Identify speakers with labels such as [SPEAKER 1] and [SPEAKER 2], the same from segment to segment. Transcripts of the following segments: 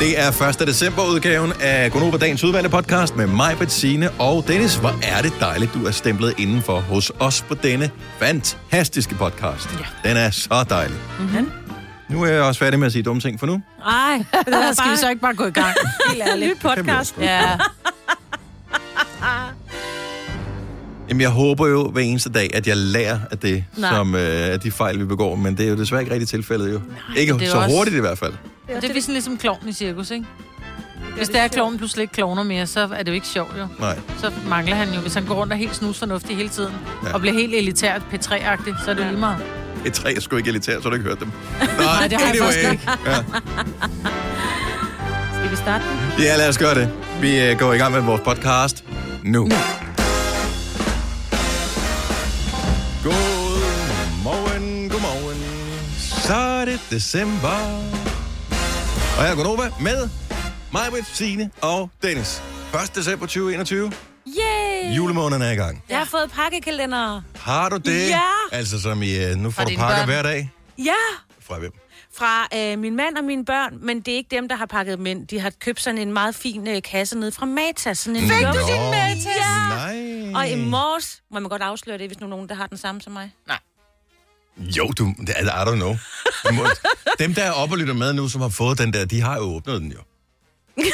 [SPEAKER 1] Det er 1. december-udgaven af Gunova Dagens Udvalgte Podcast med mig, Bettine og Dennis. Hvor er det dejligt, du er stemplet indenfor hos os på denne fantastiske podcast. Ja. Den er så dejlig.
[SPEAKER 2] Mm-hmm.
[SPEAKER 1] Nu er jeg også færdig med at sige dumme ting for nu.
[SPEAKER 2] Ej, der skal
[SPEAKER 3] bare-
[SPEAKER 2] vi så ikke bare gå i gang.
[SPEAKER 3] Helt ærligt.
[SPEAKER 2] Ny podcast.
[SPEAKER 1] Kæmpe
[SPEAKER 2] Ja.
[SPEAKER 1] Jamen, jeg håber jo hver eneste dag, at jeg lærer af det,
[SPEAKER 4] Nej.
[SPEAKER 1] Nej. som øh, af de fejl, vi begår. Men det er jo desværre ikke rigtig tilfældet jo. Nej, ikke
[SPEAKER 4] det er
[SPEAKER 1] så
[SPEAKER 4] jo også-
[SPEAKER 1] hurtigt i hvert fald.
[SPEAKER 4] Og det er ligesom, ligesom klovnen i cirkus, ikke? Hvis der er klovnen pludselig ikke klovner mere, så er det jo ikke sjovt, jo.
[SPEAKER 1] Nej.
[SPEAKER 4] Så mangler han jo, hvis han går rundt og er helt snusfornuftig hele tiden,
[SPEAKER 1] Ja.
[SPEAKER 4] ja. og bliver helt elitært P3-agtig, så er det jo lige meget.
[SPEAKER 1] Et træ er sgu ikke elitært, så har du ikke hørt dem.
[SPEAKER 4] Nej, det har jeg faktisk ikke.
[SPEAKER 1] Ja.
[SPEAKER 3] Skal vi starte den?
[SPEAKER 1] ja, lad os gøre det. Vi øh, går i gang med vores podcast nu. nu. Godmorgen, godmorgen. Så er det december. Og her er Gunova med mig, Britt, Signe og Dennis. 1. december 2021.
[SPEAKER 3] Yay!
[SPEAKER 1] Julemåneden er i gang.
[SPEAKER 3] Jeg har fået pakkekalender.
[SPEAKER 1] Har du det?
[SPEAKER 3] Ja.
[SPEAKER 1] Altså som i, øh, nu får
[SPEAKER 4] Fra
[SPEAKER 1] du
[SPEAKER 4] dine
[SPEAKER 1] pakker
[SPEAKER 4] børn.
[SPEAKER 1] hver dag.
[SPEAKER 3] Ja!
[SPEAKER 1] Fra hvem?
[SPEAKER 3] Fra øh, min mand og mine børn, men det er ikke dem, der har pakket dem ind. De har købt sådan en meget fin øh, kasse ned fra Matas. Sådan en Fik
[SPEAKER 1] Nå.
[SPEAKER 3] Ja!
[SPEAKER 1] Nej.
[SPEAKER 3] Og i morges, må man godt afsløre det, hvis nu er nogen, der har den samme som mig.
[SPEAKER 1] Jo, du, det er- I don't know. Du må- Dem, der er oppe og lytter med nu, som har fået den der, de har jo åbnet den jo.
[SPEAKER 4] Det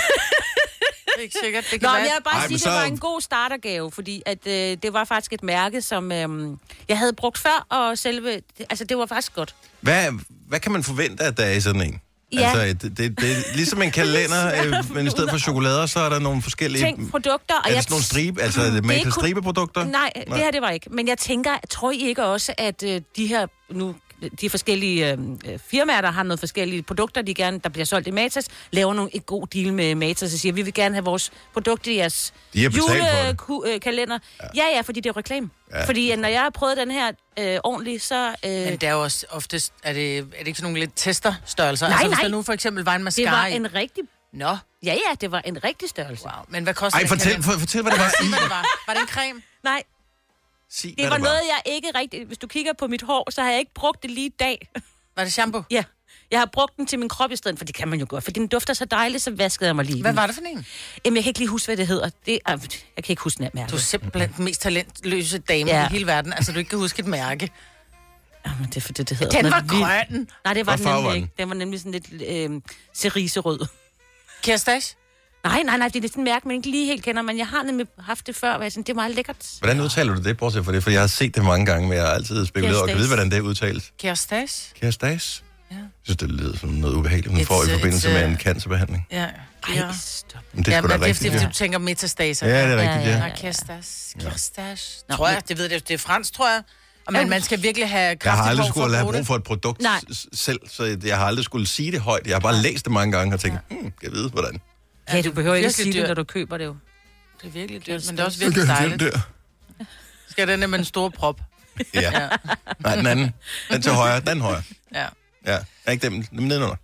[SPEAKER 4] er ikke sikkert. Det kan
[SPEAKER 3] Nå,
[SPEAKER 4] være,
[SPEAKER 3] men jeg vil bare
[SPEAKER 1] Ej,
[SPEAKER 3] Ej, sige,
[SPEAKER 1] men så-
[SPEAKER 3] det var en god startergave, fordi at, øh, det var faktisk et mærke, som øh, jeg havde brugt før, og selve, altså det var faktisk godt.
[SPEAKER 1] Hvad, hvad kan man forvente, at der er i sådan en?
[SPEAKER 3] Ja.
[SPEAKER 1] Altså, det, det, det er ligesom en kalender, øh, men i stedet for chokolader, så er der nogle forskellige...
[SPEAKER 3] Tænk produkter, og
[SPEAKER 1] er det
[SPEAKER 3] jeg...
[SPEAKER 1] sådan nogle stribe, altså er det
[SPEAKER 3] er ikke
[SPEAKER 1] malet
[SPEAKER 3] kun-
[SPEAKER 1] stribeprodukter?
[SPEAKER 3] Nej, det her det var ikke. Men jeg tænker, tror I ikke også, at øh, de her nu de forskellige øh, øh, firmaer, der har noget forskellige produkter, de gerne, der bliver solgt i Matas, laver nogle, et god deal med Matas og siger, vi vil gerne have vores produkter i jeres
[SPEAKER 1] De har betalt for det.
[SPEAKER 3] julekalender. Ja. ja, ja, fordi det er reklame. Ja. Fordi øh, når jeg har prøvet den her øh, ordentligt, så... Øh,
[SPEAKER 4] Men
[SPEAKER 3] det
[SPEAKER 4] det er jo også oftest, er det, er det ikke sådan nogle lidt testerstørrelser?
[SPEAKER 3] Nej,
[SPEAKER 4] altså, hvis
[SPEAKER 3] nej.
[SPEAKER 4] der nu for eksempel var en mascara
[SPEAKER 3] var
[SPEAKER 4] i-
[SPEAKER 3] en rigtig...
[SPEAKER 4] Nå,
[SPEAKER 3] Ja, ja, det var en rigtig størrelse. Wow.
[SPEAKER 4] wow. Men hvad koster
[SPEAKER 1] Ej,
[SPEAKER 4] den
[SPEAKER 1] fortæl,
[SPEAKER 4] kalender?
[SPEAKER 1] for, fortæl, hvad det var i.
[SPEAKER 4] Hvad det var. var det en creme?
[SPEAKER 3] Nej,
[SPEAKER 1] Sig,
[SPEAKER 3] det
[SPEAKER 1] hvad
[SPEAKER 3] var noget, jeg ikke rigtig... Hvis du kigger på mit hår, så har jeg ikke brugt det lige i dag.
[SPEAKER 4] Var det shampoo?
[SPEAKER 3] Ja. Jeg har brugt den til min krop i stedet, for det kan man jo godt, for den dufter så dejligt, så vaskede jeg mig lige. i
[SPEAKER 4] Hvad
[SPEAKER 3] den.
[SPEAKER 4] var det for en?
[SPEAKER 3] Jamen, jeg kan ikke lige huske, hvad det hedder. Det er, jeg kan ikke huske den her mærke.
[SPEAKER 4] Du er simpelthen den mest talentløse dame
[SPEAKER 3] Ja.
[SPEAKER 4] ja. i hele verden. Altså, du ikke kan huske et mærke.
[SPEAKER 3] Jamen, det er for det, det hedder.
[SPEAKER 4] Den
[SPEAKER 3] Men
[SPEAKER 4] var
[SPEAKER 3] vi-
[SPEAKER 4] grøn.
[SPEAKER 3] Nej, det var
[SPEAKER 1] Hvad
[SPEAKER 3] den
[SPEAKER 1] farve
[SPEAKER 3] nemlig
[SPEAKER 1] var den?
[SPEAKER 3] ikke. Den var nemlig sådan lidt øh, ceriserød.
[SPEAKER 4] Kirstash?
[SPEAKER 3] Nej, nej, nej, det er sådan en mærke, man ikke lige helt kender, men jeg har nemlig haft det før, og jeg er sådan, det er meget lækkert.
[SPEAKER 1] Hvordan udtaler du det, bortset fra det? For jeg har set det mange gange, men jeg har altid spekuleret og kan
[SPEAKER 3] Kerstase.
[SPEAKER 1] vide, hvordan det udtales.
[SPEAKER 4] Kirstash?
[SPEAKER 1] Kærestas?
[SPEAKER 4] Ja.
[SPEAKER 1] Jeg synes, det lyder som noget ubehageligt, man
[SPEAKER 4] It's
[SPEAKER 1] får i
[SPEAKER 3] øh,
[SPEAKER 4] a-
[SPEAKER 1] forbindelse
[SPEAKER 4] it's a-
[SPEAKER 1] med en cancerbehandling.
[SPEAKER 4] Ja.
[SPEAKER 3] Ej, stop.
[SPEAKER 1] Men det er
[SPEAKER 4] ja,
[SPEAKER 1] sgu
[SPEAKER 4] men
[SPEAKER 1] da
[SPEAKER 4] det er fordi,
[SPEAKER 1] rigtigt.
[SPEAKER 4] fordi
[SPEAKER 1] Ja.
[SPEAKER 4] du tænker metastaser.
[SPEAKER 1] ja, det er
[SPEAKER 3] Ja,
[SPEAKER 1] rigtigt,
[SPEAKER 3] ja,
[SPEAKER 1] ja.
[SPEAKER 4] Og kirstas, kirstas. Ja. Tror jeg, det ved jeg, det er fransk, tror jeg. Og
[SPEAKER 3] Ja.
[SPEAKER 4] man, man skal virkelig have
[SPEAKER 1] Jeg har
[SPEAKER 4] kraftigt
[SPEAKER 1] aldrig
[SPEAKER 4] hår for
[SPEAKER 1] skulle
[SPEAKER 4] at
[SPEAKER 1] have
[SPEAKER 4] bruge
[SPEAKER 1] brug
[SPEAKER 4] det.
[SPEAKER 1] for et produkt
[SPEAKER 3] Nej.
[SPEAKER 1] s- selv, så jeg har aldrig skulle sige det højt. Jeg har bare læst det mange gange og tænkt, hmm, kan jeg vide, hvordan?
[SPEAKER 3] Ja, du behøver ikke
[SPEAKER 4] virkelig
[SPEAKER 3] sige det,
[SPEAKER 4] dyrt.
[SPEAKER 3] når du køber det jo.
[SPEAKER 4] Det er virkelig dyrt, men det er også virkelig dejligt.
[SPEAKER 1] der.
[SPEAKER 4] Skal den der med en stor prop?
[SPEAKER 1] Ja. Nej, den anden. Den til højre, den højre.
[SPEAKER 4] Ja.
[SPEAKER 1] Ja, er ikke dem, dem nedenunder.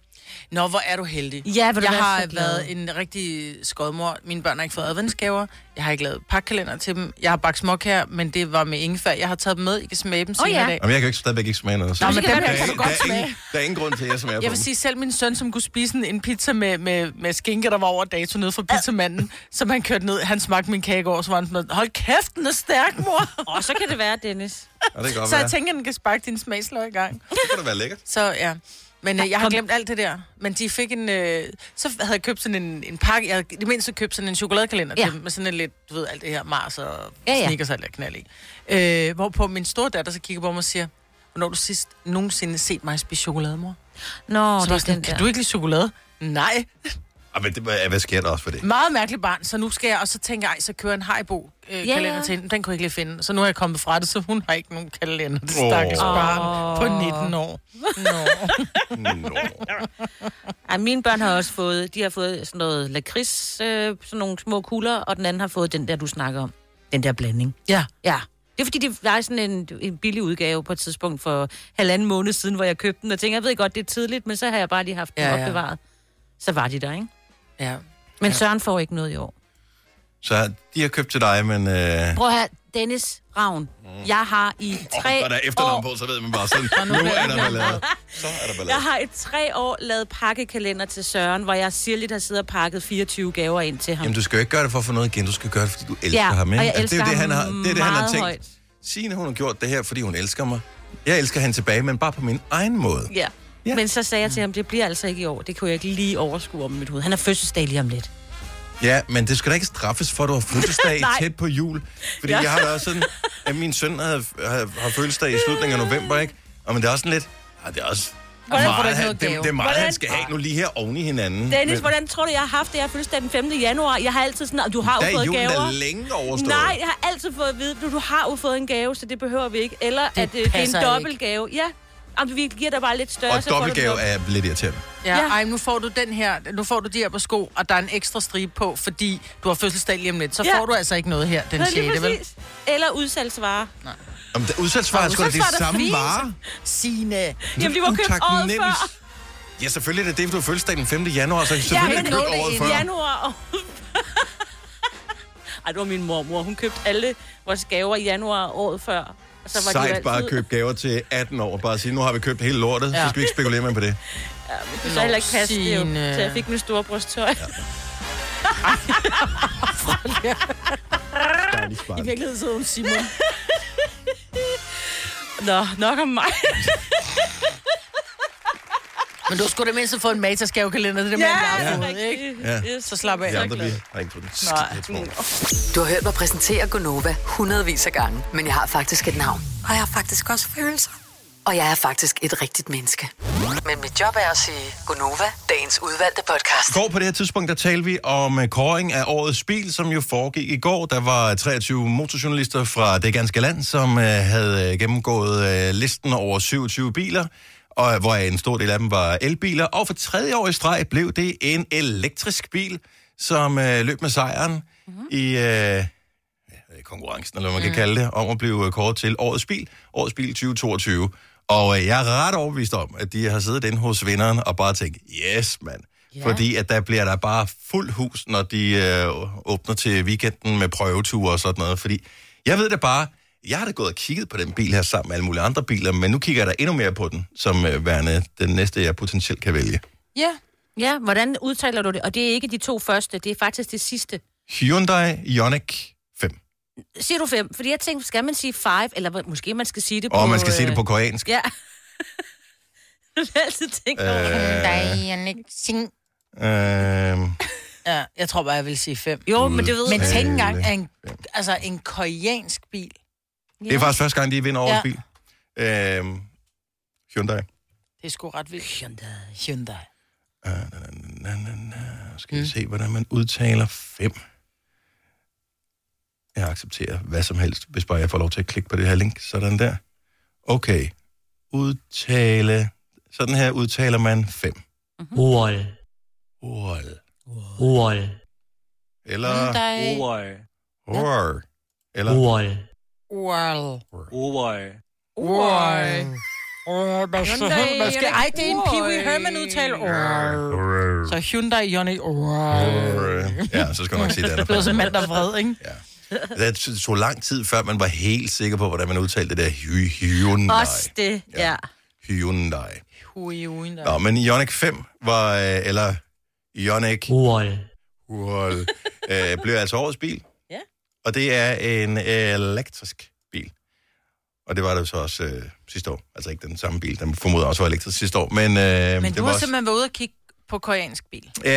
[SPEAKER 4] Nå, hvor er du heldig.
[SPEAKER 3] Ja, vil du
[SPEAKER 4] jeg
[SPEAKER 3] være
[SPEAKER 4] har
[SPEAKER 3] så glad.
[SPEAKER 4] været en rigtig skodmor. Mine børn har ikke fået adventsgaver. Jeg har ikke lavet pakkalender til dem. Jeg har bagt småkager, men det var med ingefær. Jeg har taget dem med. I kan smage dem senere
[SPEAKER 3] ja.
[SPEAKER 4] i dag.
[SPEAKER 1] Jamen, jeg kan jo ikke, stadigvæk ikke smage noget. Så
[SPEAKER 4] Nå, men
[SPEAKER 1] der,
[SPEAKER 4] dem
[SPEAKER 1] er,
[SPEAKER 4] her
[SPEAKER 1] der,
[SPEAKER 4] kan du
[SPEAKER 1] er-
[SPEAKER 4] godt
[SPEAKER 1] der, er ingen,
[SPEAKER 4] smage.
[SPEAKER 1] der er ingen grund til, at jeg smager på
[SPEAKER 4] Jeg vil
[SPEAKER 1] dem.
[SPEAKER 4] sige, selv min søn, som kunne spise sådan en pizza med, med, med skinke, der var over dato nede fra pizzamanden, som han kørte ned, han smagte min kage i går, så var han sådan noget, hold kæft, den er stærk, mor.
[SPEAKER 3] Og så kan det være, Dennis.
[SPEAKER 1] Og det kan godt
[SPEAKER 4] så jeg
[SPEAKER 1] være.
[SPEAKER 4] tænker, den kan sparke din smagsløg i gang.
[SPEAKER 1] Det kunne da være lækkert.
[SPEAKER 4] Så ja. Men øh, jeg har glemt alt det der. Men de fik en... Øh, så havde jeg købt sådan en, en pakke. Jeg havde i det mindste købt sådan en chokoladekalender
[SPEAKER 3] Ja.
[SPEAKER 4] ja. til dem, med sådan en lidt, du ved, alt det her Mars og
[SPEAKER 3] Ja,
[SPEAKER 4] ja,
[SPEAKER 3] ja.
[SPEAKER 4] ja. sneakers og alt det der knald i. Øh, hvorpå min store datter så kigger på mig og siger, hvornår har du sidst nogensinde set mig spise chokolade, mor?
[SPEAKER 3] Nå,
[SPEAKER 4] Og så
[SPEAKER 3] det er
[SPEAKER 4] var jeg sådan,
[SPEAKER 3] den
[SPEAKER 4] kan
[SPEAKER 3] der.
[SPEAKER 4] du ikke lide chokolade? Nej.
[SPEAKER 5] Ah,
[SPEAKER 1] Og men det, hvad, hvad sker der også for det?
[SPEAKER 4] Meget mærkeligt barn, så nu skal jeg... Og så tænker jeg, ej, så kører en haribo øh,
[SPEAKER 3] ja.
[SPEAKER 4] kalender til hende. Den kunne jeg ikke lige finde. Så nu er jeg kommet fra det, så hun har ikke nogen kalender. Det
[SPEAKER 1] Åh.
[SPEAKER 4] stakkels oh. barn på 19 år. Nå.
[SPEAKER 1] Nå.
[SPEAKER 3] Ej, mine børn har også fået, de har fået sådan noget lakrids, øh, sådan nogle små kugler, og den anden har fået den der, du snakker om. Den der blanding.
[SPEAKER 4] Ja.
[SPEAKER 3] Ja. Det er fordi, det var sådan en, en billig udgave på et tidspunkt for halvanden måned siden, hvor jeg købte den, og tænkte, jeg ved godt, det er tidligt, men så har jeg bare lige haft den
[SPEAKER 4] Ja, ja.
[SPEAKER 3] opbevaret. Så var de der, ikke?
[SPEAKER 4] Ja.
[SPEAKER 3] Men Søren får ikke noget i år.
[SPEAKER 1] Så de har købt til dig, men øh,
[SPEAKER 3] Prøv at høre, Dennis Ravn. Jeg har i
[SPEAKER 1] Tre
[SPEAKER 3] tre
[SPEAKER 1] Mm. og der er
[SPEAKER 3] år...
[SPEAKER 1] efternavn på, så ved man bare sådan, nu er der ballade. Så er der ballade.
[SPEAKER 3] Jeg har i tre år lavet pakkekalender til Søren, hvor jeg sirligt har siddet og pakket 24 gaver ind til ham.
[SPEAKER 1] Jamen, du skal jo ikke gøre det for at få noget igen. Du skal gøre det, fordi du elsker
[SPEAKER 3] Ja,
[SPEAKER 1] ham. Ikke?
[SPEAKER 3] og jeg
[SPEAKER 1] Altså,
[SPEAKER 3] elsker
[SPEAKER 1] det er jo det, han
[SPEAKER 3] ham
[SPEAKER 1] har, det er det, han har
[SPEAKER 3] meget
[SPEAKER 1] tænkt.
[SPEAKER 3] højt.
[SPEAKER 1] Signe, hun har gjort det her, fordi hun elsker mig. Jeg elsker hende tilbage, men bare på min egen måde.
[SPEAKER 3] Ja.
[SPEAKER 1] Ja.
[SPEAKER 3] ja. Men så sagde jeg til ham, det bliver altså ikke i år. Det kunne jeg ikke lige overskue om mit hoved. Han har fødselsdag lige om lidt.
[SPEAKER 1] Mm. Ja, men det skal da ikke straffes for, at du har fødselsdag
[SPEAKER 3] Nej.
[SPEAKER 1] tæt på jul. Fordi
[SPEAKER 3] Ja.
[SPEAKER 1] jeg har da også sådan, at min søn havde, havde, har fødselsdag i slutningen af november, ikke? Og men det er også sådan lidt, ah, det er også
[SPEAKER 4] Hvordan får du
[SPEAKER 1] meget,
[SPEAKER 4] ikke
[SPEAKER 1] han,
[SPEAKER 4] noget
[SPEAKER 1] det, det
[SPEAKER 4] gave?
[SPEAKER 1] er meget,
[SPEAKER 3] Hvordan-
[SPEAKER 1] han skal have nu lige her oven i hinanden.
[SPEAKER 3] Dennis, hvordan tror du, jeg har haft det? Jeg har fødselsdag den 5. januar. Jeg har altid sådan, "Og du har
[SPEAKER 1] Der
[SPEAKER 3] jo
[SPEAKER 1] er
[SPEAKER 3] fået
[SPEAKER 1] julen
[SPEAKER 3] gaver.
[SPEAKER 1] er længe overstået.
[SPEAKER 3] Nej, jeg har altid fået at vide, du, du har jo fået en gave, så det behøver vi ikke. Eller det at øh, det er
[SPEAKER 4] passer
[SPEAKER 3] en dobbeltgave. Ja, Jamen, vi giver dig bare lidt større.
[SPEAKER 1] Og
[SPEAKER 3] så får du
[SPEAKER 1] dobbeltgave
[SPEAKER 3] noget.
[SPEAKER 1] er lidt irriterende.
[SPEAKER 4] Ja,
[SPEAKER 3] Ja.
[SPEAKER 4] ej, nu får du den her, nu får du de her på sko, og der er en ekstra stribe på, fordi du har fødselsdag lige om lidt. Så
[SPEAKER 3] Ja.
[SPEAKER 4] får du altså ikke noget her den
[SPEAKER 3] Nå, lige
[SPEAKER 4] 6. vel?
[SPEAKER 3] præcis. Eller udsalgsvarer.
[SPEAKER 1] Om det udsalgsvarer er sgu da de
[SPEAKER 3] udsalgsvarer er da
[SPEAKER 1] samme
[SPEAKER 3] fint.
[SPEAKER 1] varer.
[SPEAKER 4] Signe.
[SPEAKER 3] Jamen, de var købt året før.
[SPEAKER 1] Ja, selvfølgelig er det det, for du har fødselsdag den 5. januar, så selvfølgelig ja,
[SPEAKER 3] men
[SPEAKER 1] købt
[SPEAKER 4] det er
[SPEAKER 1] året
[SPEAKER 4] i
[SPEAKER 1] før.
[SPEAKER 3] januar. og- Ej, det var min mormor. Hun købte alle vores gaver i januar året før. Og så var de jo
[SPEAKER 1] Sejt bare at købe gaver til 18 år. Bare at sige, nu har vi købt hele lortet, ja. så
[SPEAKER 4] Ja.
[SPEAKER 1] skal vi ikke spekulere mere på det.
[SPEAKER 3] Ja, men det kunne så heller ikke passe det jo.
[SPEAKER 4] Signe.
[SPEAKER 3] Så jeg fik min store brysttøj. Ja.
[SPEAKER 1] Dejligt sparet.
[SPEAKER 4] virkeligheden sidder hun Simon.
[SPEAKER 3] Nå, nok om mig.
[SPEAKER 4] Men du skulle da mindst have fået en matasgavekalender, det er det med, jeg har fået, ikke?
[SPEAKER 1] Ja.
[SPEAKER 4] Så slap af.
[SPEAKER 1] De
[SPEAKER 4] Ja.
[SPEAKER 1] andre, vi har ikke fået den skide små.
[SPEAKER 6] Du har hørt mig præsentere Gonova hundredvis af gange, men jeg har faktisk et navn. Og jeg har faktisk også følelser. Og jeg er faktisk et rigtigt menneske. Men mit job er at sige Gonova, dagens udvalgte podcast.
[SPEAKER 1] I går på det her tidspunkt, der talte vi om øh, kåring af årets bil, som jo foregik i går. Der var 23 motorjournalister fra det ganske land, som øh, havde øh, gennemgået øh, listen over 27 biler, og hvor en stor del af dem var elbiler. Og for tredje år i streg blev det en elektrisk bil, som øh, løb med sejren
[SPEAKER 4] Mhm.
[SPEAKER 1] mm-hmm. i... Øh, øh, konkurrencen, eller hvad man kan kalde det, om at blive øh, kåret til Årets Bil, Årets Bil 2022. Og øh, jeg er ret overbevist om, at de har siddet inde hos vinderen og bare tænkt, yes, mand. Ja. Fordi at der bliver der bare fuld hus, når de øh, åbner til weekenden med prøveture og sådan noget. Fordi jeg ved det bare, jeg har da gået og kigget på den bil her sammen med alle mulige andre biler, men nu kigger jeg da endnu mere på den, som øh, værende den næste, jeg potentielt kan vælge.
[SPEAKER 4] ja.
[SPEAKER 3] Ja, hvordan udtaler du det? Og det er ikke de to første, det er faktisk det sidste.
[SPEAKER 1] Hyundai Ioniq 5.
[SPEAKER 3] Siger du fem? Fordi jeg tænkte, skal man sige five? Eller hvad- måske man skal sige det på...
[SPEAKER 1] Og man skal se det
[SPEAKER 3] øh,
[SPEAKER 1] på koreansk.
[SPEAKER 3] Ja. Jeg har altid tænkt over det.
[SPEAKER 1] Øh,
[SPEAKER 4] ja. jeg tror bare, jeg vil sige fem.
[SPEAKER 3] Jo, men det ved
[SPEAKER 4] Men
[SPEAKER 3] jeg.
[SPEAKER 4] tænk engang, at en, altså en koreansk bil.
[SPEAKER 1] Det er faktisk første gang, de vinder over ja.
[SPEAKER 4] Ja.
[SPEAKER 1] bil. Øhm, Hyundai.
[SPEAKER 4] Det er sgu ret vildt. Hyundai.
[SPEAKER 1] Øh, Na, na, na. Skal vi mm. se, hvordan man udtaler 5. Jeg accepterer hvad som helst, hvis bare jeg får lov til at klikke på det her link. Sådan der. Okay. Udtale. Sådan her udtaler man 5.
[SPEAKER 4] Mhm.
[SPEAKER 7] Wall.
[SPEAKER 1] Oral.
[SPEAKER 7] Wall.
[SPEAKER 1] Eller
[SPEAKER 4] Hyundai.
[SPEAKER 8] Uar.
[SPEAKER 1] roar. Eller
[SPEAKER 7] Wall.
[SPEAKER 4] Wow.
[SPEAKER 8] Uar.
[SPEAKER 4] Wow. Hvad skal,
[SPEAKER 3] Hyundai,
[SPEAKER 4] hvad skal,
[SPEAKER 3] Ioniq.
[SPEAKER 4] ej, det er en Pee Wee Herman udtale. Wow.
[SPEAKER 1] roar.
[SPEAKER 4] Så Hyundai Ioniq. Wow.
[SPEAKER 1] Roar. Ja, så skal jeg nok sige det.
[SPEAKER 4] Det blev som mand, der er vred, ikke?
[SPEAKER 1] Det t- tog lang tid, før man var helt sikker på, hvordan man udtalte det der hy- Hyundai.
[SPEAKER 3] Også det, ja.
[SPEAKER 1] Hyundai.
[SPEAKER 4] Hui, hui, nej.
[SPEAKER 1] Nå, men Ioniq 5 var, øh, eller Ioniq
[SPEAKER 7] Wall.
[SPEAKER 1] Ural, øh, blev altså årets bil.
[SPEAKER 3] Ja.
[SPEAKER 1] Og det er en elektrisk bil. Og det var det jo så også øh, sidste år. Altså ikke den samme bil, den formoder også var elektrisk sidste år. Men, øh,
[SPEAKER 4] Men
[SPEAKER 1] det
[SPEAKER 4] du
[SPEAKER 1] var
[SPEAKER 4] har
[SPEAKER 1] også,
[SPEAKER 4] simpelthen været ude og kigge på koreansk bil.
[SPEAKER 1] øh,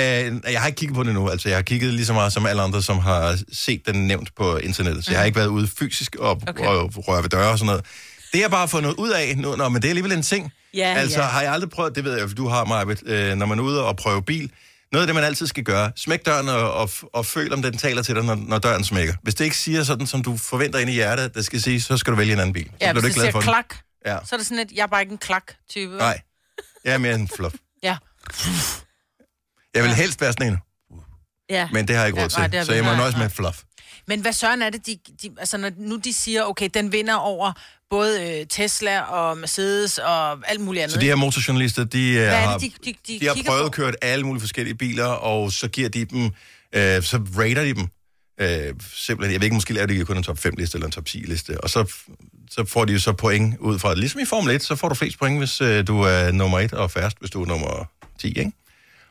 [SPEAKER 1] jeg har ikke kigget på det nu. Altså jeg har kigget lige så meget som alle andre, som har set den nævnt på internettet. Så jeg har ikke været ude fysisk og,
[SPEAKER 4] Mhm.
[SPEAKER 1] okay.
[SPEAKER 4] Okay.
[SPEAKER 1] og røre ved døre og sådan noget. Det har bare fundet ud af nu, nå, men det er alligevel en ting.
[SPEAKER 3] Ja,
[SPEAKER 1] Altså,
[SPEAKER 3] ja.
[SPEAKER 1] har jeg aldrig prøvet, det ved jeg, for du har, Marbet, øh, når man er ude og prøve bil, noget af det, man altid skal gøre, smæk døren og, og, og føl, om den taler til dig, når, når døren smækker. Hvis det ikke siger sådan, som du forventer ind i hjertet, det skal sige, så skal du vælge en anden bil. Så
[SPEAKER 4] Ja,
[SPEAKER 1] bliver
[SPEAKER 4] hvis
[SPEAKER 1] du
[SPEAKER 4] det
[SPEAKER 1] ikke glad for
[SPEAKER 4] siger klak,
[SPEAKER 1] den. Ja.
[SPEAKER 4] så er det sådan et, jeg er bare ikke en klak-type.
[SPEAKER 1] Nej. Jeg er mere en fluff.
[SPEAKER 4] Ja.
[SPEAKER 1] Jeg vil helst være sådan en,
[SPEAKER 3] ja.
[SPEAKER 1] men det har jeg ikke
[SPEAKER 4] Ja,
[SPEAKER 1] råd til,
[SPEAKER 4] nej, det har
[SPEAKER 1] så
[SPEAKER 4] vi-
[SPEAKER 1] jeg må
[SPEAKER 4] nej,
[SPEAKER 1] nøjes med
[SPEAKER 4] nej.
[SPEAKER 1] en fluff.
[SPEAKER 4] Men hvad søren er det, de, de, altså når nu de siger, okay, den vinder over både øh, Tesla og Mercedes og alt muligt andet.
[SPEAKER 1] Så de her motorjournalister, de, øh,
[SPEAKER 4] er det,
[SPEAKER 1] har,
[SPEAKER 4] de- de- de
[SPEAKER 1] de har
[SPEAKER 4] kigger
[SPEAKER 1] prøvet
[SPEAKER 4] på?
[SPEAKER 1] at køre alle mulige forskellige biler, og så giver de dem, øh, så rater de dem. Øh, simpelthen, jeg ved ikke, måske laver de kun en top 5-liste eller en top 10-liste, og så, så får de jo så point ud fra, ligesom i Formel 1, så får du flest point, hvis øh, du er nummer 1, og færrest, hvis du er nummer 10, ikke?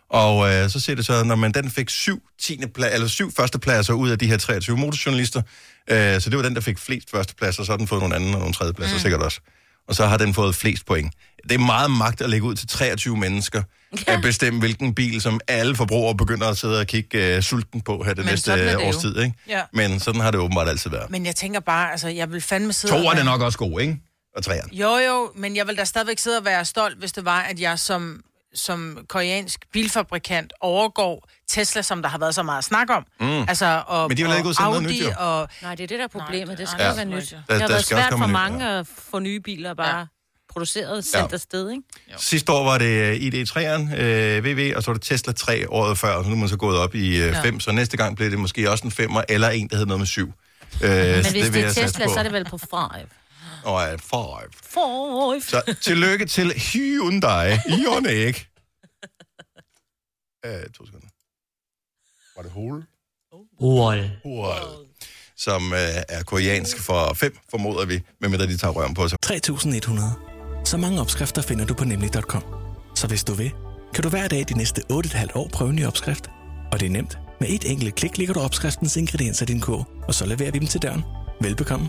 [SPEAKER 1] Og øh, så ser det så, når man den fik syv, tiende pla- eller syv førstepladser ud af de her 23 motorjournalister, øh, så det var den, der fik flest førstepladser, så har den fået nogle anden og nogle tredjepladser mm. sikkert også. Og så har den fået flest point. Det er meget magt at lægge ud til 23 mennesker, at bestemme, hvilken bil, som alle forbrugere begynder at sidde og kigge øh, sulten på her det
[SPEAKER 4] Men
[SPEAKER 1] næste
[SPEAKER 4] sådan er
[SPEAKER 1] øh,
[SPEAKER 4] det jo.
[SPEAKER 1] års tid. Ikke?
[SPEAKER 4] Ja.
[SPEAKER 1] Men sådan har det åbenbart altid været.
[SPEAKER 4] Men jeg tænker bare, altså, jeg vil fandme sidde... og
[SPEAKER 1] Toeren er
[SPEAKER 4] være-
[SPEAKER 1] nok også god, ikke? Og træerne.
[SPEAKER 4] Jo, jo, men jeg vil da stadigvæk sidde og være stolt, hvis det var, at jeg som, som koreansk bilfabrikant overgår Tesla, som der har været så meget snak om. Mm. Altså, og,
[SPEAKER 1] Men de vil ikke
[SPEAKER 4] og
[SPEAKER 1] udsende noget nyt, jo.
[SPEAKER 4] og...
[SPEAKER 3] Nej, det er det, der er problemet. det, skal
[SPEAKER 1] Ja.
[SPEAKER 3] ja. være nyt.
[SPEAKER 4] Der-
[SPEAKER 3] Der, det
[SPEAKER 1] der
[SPEAKER 3] har været
[SPEAKER 1] skal også
[SPEAKER 3] svært
[SPEAKER 1] komme
[SPEAKER 3] for
[SPEAKER 1] nyt,
[SPEAKER 3] mange at få nye biler bare ja. produceret sendt
[SPEAKER 1] Ja.
[SPEAKER 3] ja. afsted, ikke?
[SPEAKER 1] Sidste år var det ID3'eren, øh, VV, og så var det Tesla 3 året før, og nu er man så gået op i 5, øh, fem, så næste gang bliver det måske også en 5'er, eller en, der hedder noget med 7. Øh,
[SPEAKER 3] Men hvis det, det er Tesla, så er det vel på five.
[SPEAKER 1] Og er five.
[SPEAKER 3] Five. Så.
[SPEAKER 1] Så tillykke til Hyundai Ioniq. øh, to sekunder. Var det Hol?
[SPEAKER 7] uol,
[SPEAKER 1] Hol. Som øh, er koreansk for 5, formoder vi, medmindre de tager røven på sig.
[SPEAKER 8] 3100. Så mange opskrifter finder du på nemlig.com. Så hvis du vil, kan du hver dag de næste 8,5 år prøve en ny opskrift. Og det er nemt. Med et enkelt klik ligger du opskriftens ingredienser i din kog, og så leverer vi dem til døren. Velbekomme.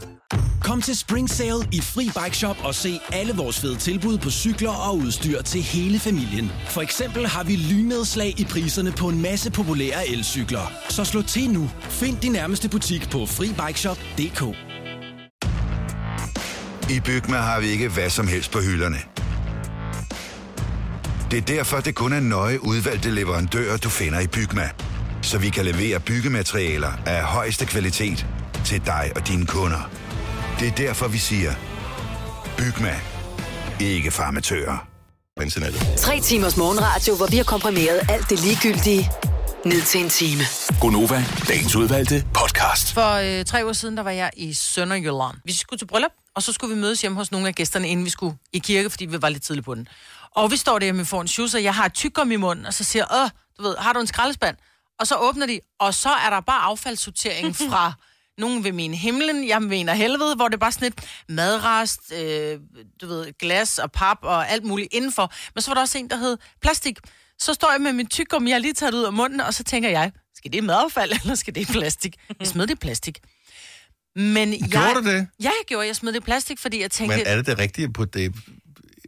[SPEAKER 9] Kom til Spring Sale i Fri Bike Shop og se alle vores fede tilbud på cykler og udstyr til hele familien. For eksempel har vi lynedslag i priserne på en masse populære elcykler. Så slå til nu. Find din nærmeste butik på FriBikeShop.dk
[SPEAKER 5] I Bygma har vi ikke hvad som helst på hylderne. Det er derfor, det kun er nøje udvalgte leverandører, du finder i Bygma. Så vi kan levere byggematerialer af højeste kvalitet til dig og dine kunder. Det er derfor, vi siger, Bygma. Ikke farmatører.
[SPEAKER 1] På internettet.
[SPEAKER 6] Tre timers morgenradio, hvor vi har komprimeret alt det ligegyldige ned til en time.
[SPEAKER 9] Gonova, dagens udvalgte podcast.
[SPEAKER 4] For øh, tre uger siden, der var jeg i Sønderjylland. Vi skulle til bryllup, og så skulle vi mødes hjemme hos nogle af gæsterne, inden vi skulle i kirke, fordi vi var lidt tidligt på den. Og vi står derhjemme, vi får en shoes, og jeg har et tyggegummi i munden, og så siger jeg, Åh, du ved, har du en skraldespand? Og så åbner de, og så er der bare affaldssortering fra nogen vil mene himlen, jeg mener helvede, hvor det er bare sådan et madrest, øh, du ved, glas og pap og alt muligt indenfor. Men så var der også en, der hed plastik. Så står jeg med min tyggegummi, jeg har lige taget det ud af munden, og så tænker jeg, skal det i madaffald, eller skal det i plastik? Jeg smed det i plastik. Men jeg,
[SPEAKER 1] Gjorde du det?
[SPEAKER 4] Ja, jeg gjorde. Jeg smed det i plastik, fordi jeg tænkte...
[SPEAKER 1] Men er det det rigtige på det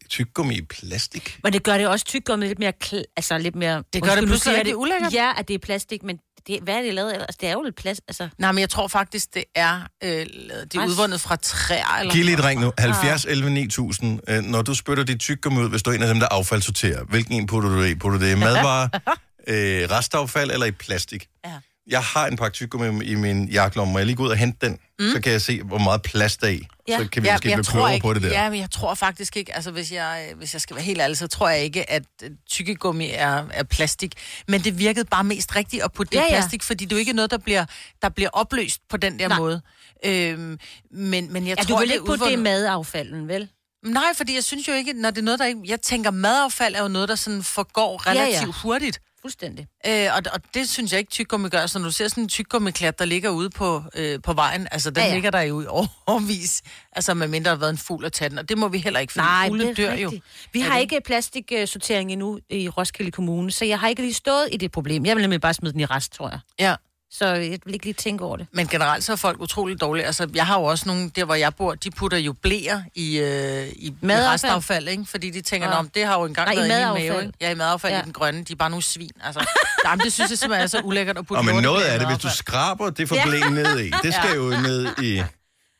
[SPEAKER 1] tyggegummi i plastik?
[SPEAKER 3] Men det gør det også tyggegummi lidt mere... Kl- altså lidt mere...
[SPEAKER 4] Det gør det
[SPEAKER 3] Undskyld, nu
[SPEAKER 4] pludselig
[SPEAKER 3] siger jeg
[SPEAKER 4] rigtig ulækkert.
[SPEAKER 3] Ja, at det er plastik, men det, hvad er det lavet ellers? Det er jo lidt plast... Altså,
[SPEAKER 4] Nej, men jeg tror faktisk, det er, øh, det er
[SPEAKER 3] Ej.
[SPEAKER 4] udvundet fra træer. Eller
[SPEAKER 1] Giv lige et ring nu. 70 11 9000. Øh, Når du spytter dit tyggegummi ud, hvis du er en af dem, der affaldssorterer, hvilken en putter du det i? Putter du det i madvarer, øh, restaffald eller i plastik? Ja. Jeg har en pakke tyggegummi i min jakkelomme. Må jeg lige gå ud og hente den? Mm. Så kan jeg se, hvor meget plast der er i. Ja. Så kan vi ja, måske blive klogere
[SPEAKER 4] ikke,
[SPEAKER 1] på det der.
[SPEAKER 4] Ja, men jeg tror faktisk ikke, altså hvis jeg, øh, hvis jeg skal være helt ærlig, så tror jeg ikke, at øh, tykkegummi er, er plastik. Men det virkede bare mest rigtigt at putte det
[SPEAKER 3] Ja,
[SPEAKER 4] i
[SPEAKER 3] ja.
[SPEAKER 4] plastik, fordi det er jo ikke noget, der bliver, der bliver opløst på den der
[SPEAKER 3] Nej.
[SPEAKER 4] måde. Øhm, men, men jeg
[SPEAKER 3] ja,
[SPEAKER 4] tror,
[SPEAKER 3] du vil
[SPEAKER 4] det er
[SPEAKER 3] ikke putte det i
[SPEAKER 4] udvundet-
[SPEAKER 3] madaffalden, vel?
[SPEAKER 4] Nej, fordi jeg synes jo ikke, når det er noget, der ikke... Jeg tænker, madaffald er jo noget, der sådan forgår
[SPEAKER 3] ja.
[SPEAKER 4] relativt ja, ja. hurtigt.
[SPEAKER 3] Fuldstændig.
[SPEAKER 4] Øh, og, og det synes jeg ikke, tyggegummi gør. Så når du ser sådan en tykgummiklat, der ligger ude på, øh, på vejen, altså den ja,
[SPEAKER 3] Ja,
[SPEAKER 4] ja.
[SPEAKER 3] ja.
[SPEAKER 4] ligger der jo i overvis, altså med mindre der har været en fugl at tage den, og det må vi heller ikke, fordi
[SPEAKER 3] Nej,
[SPEAKER 4] fugle
[SPEAKER 3] det er
[SPEAKER 4] dør jo.
[SPEAKER 3] rigtigt. Vi har ikke plastiksortering endnu i Roskilde Kommune, så jeg har ikke lige stået i det problem. Jeg vil nemlig bare smide den i rest, tror jeg.
[SPEAKER 4] Ja.
[SPEAKER 3] Så jeg vil ikke lige tænke over det.
[SPEAKER 4] Men generelt så er folk utrolig dårlige. Altså, jeg har jo også nogle, der hvor jeg bor, de putter jo blæer i, øh, i, i
[SPEAKER 3] Madaffald.
[SPEAKER 4] restaffald, ikke? Fordi de tænker,
[SPEAKER 3] Ja.
[SPEAKER 4] ja. det har jo engang
[SPEAKER 3] Nej, i
[SPEAKER 4] været i min
[SPEAKER 3] madaffald.
[SPEAKER 4] mave. Ikke? Ja, i madaffald ja.
[SPEAKER 3] Ja.
[SPEAKER 4] i den grønne. De er bare nogle svin, altså. Jamen, det synes jeg simpelthen er så ulækkert at putte
[SPEAKER 1] Og men
[SPEAKER 4] lorteblæer
[SPEAKER 1] noget
[SPEAKER 4] i
[SPEAKER 1] af det, hvis du
[SPEAKER 4] madaffald.
[SPEAKER 1] skraber det forblem ja. ned i, det skal jo ned i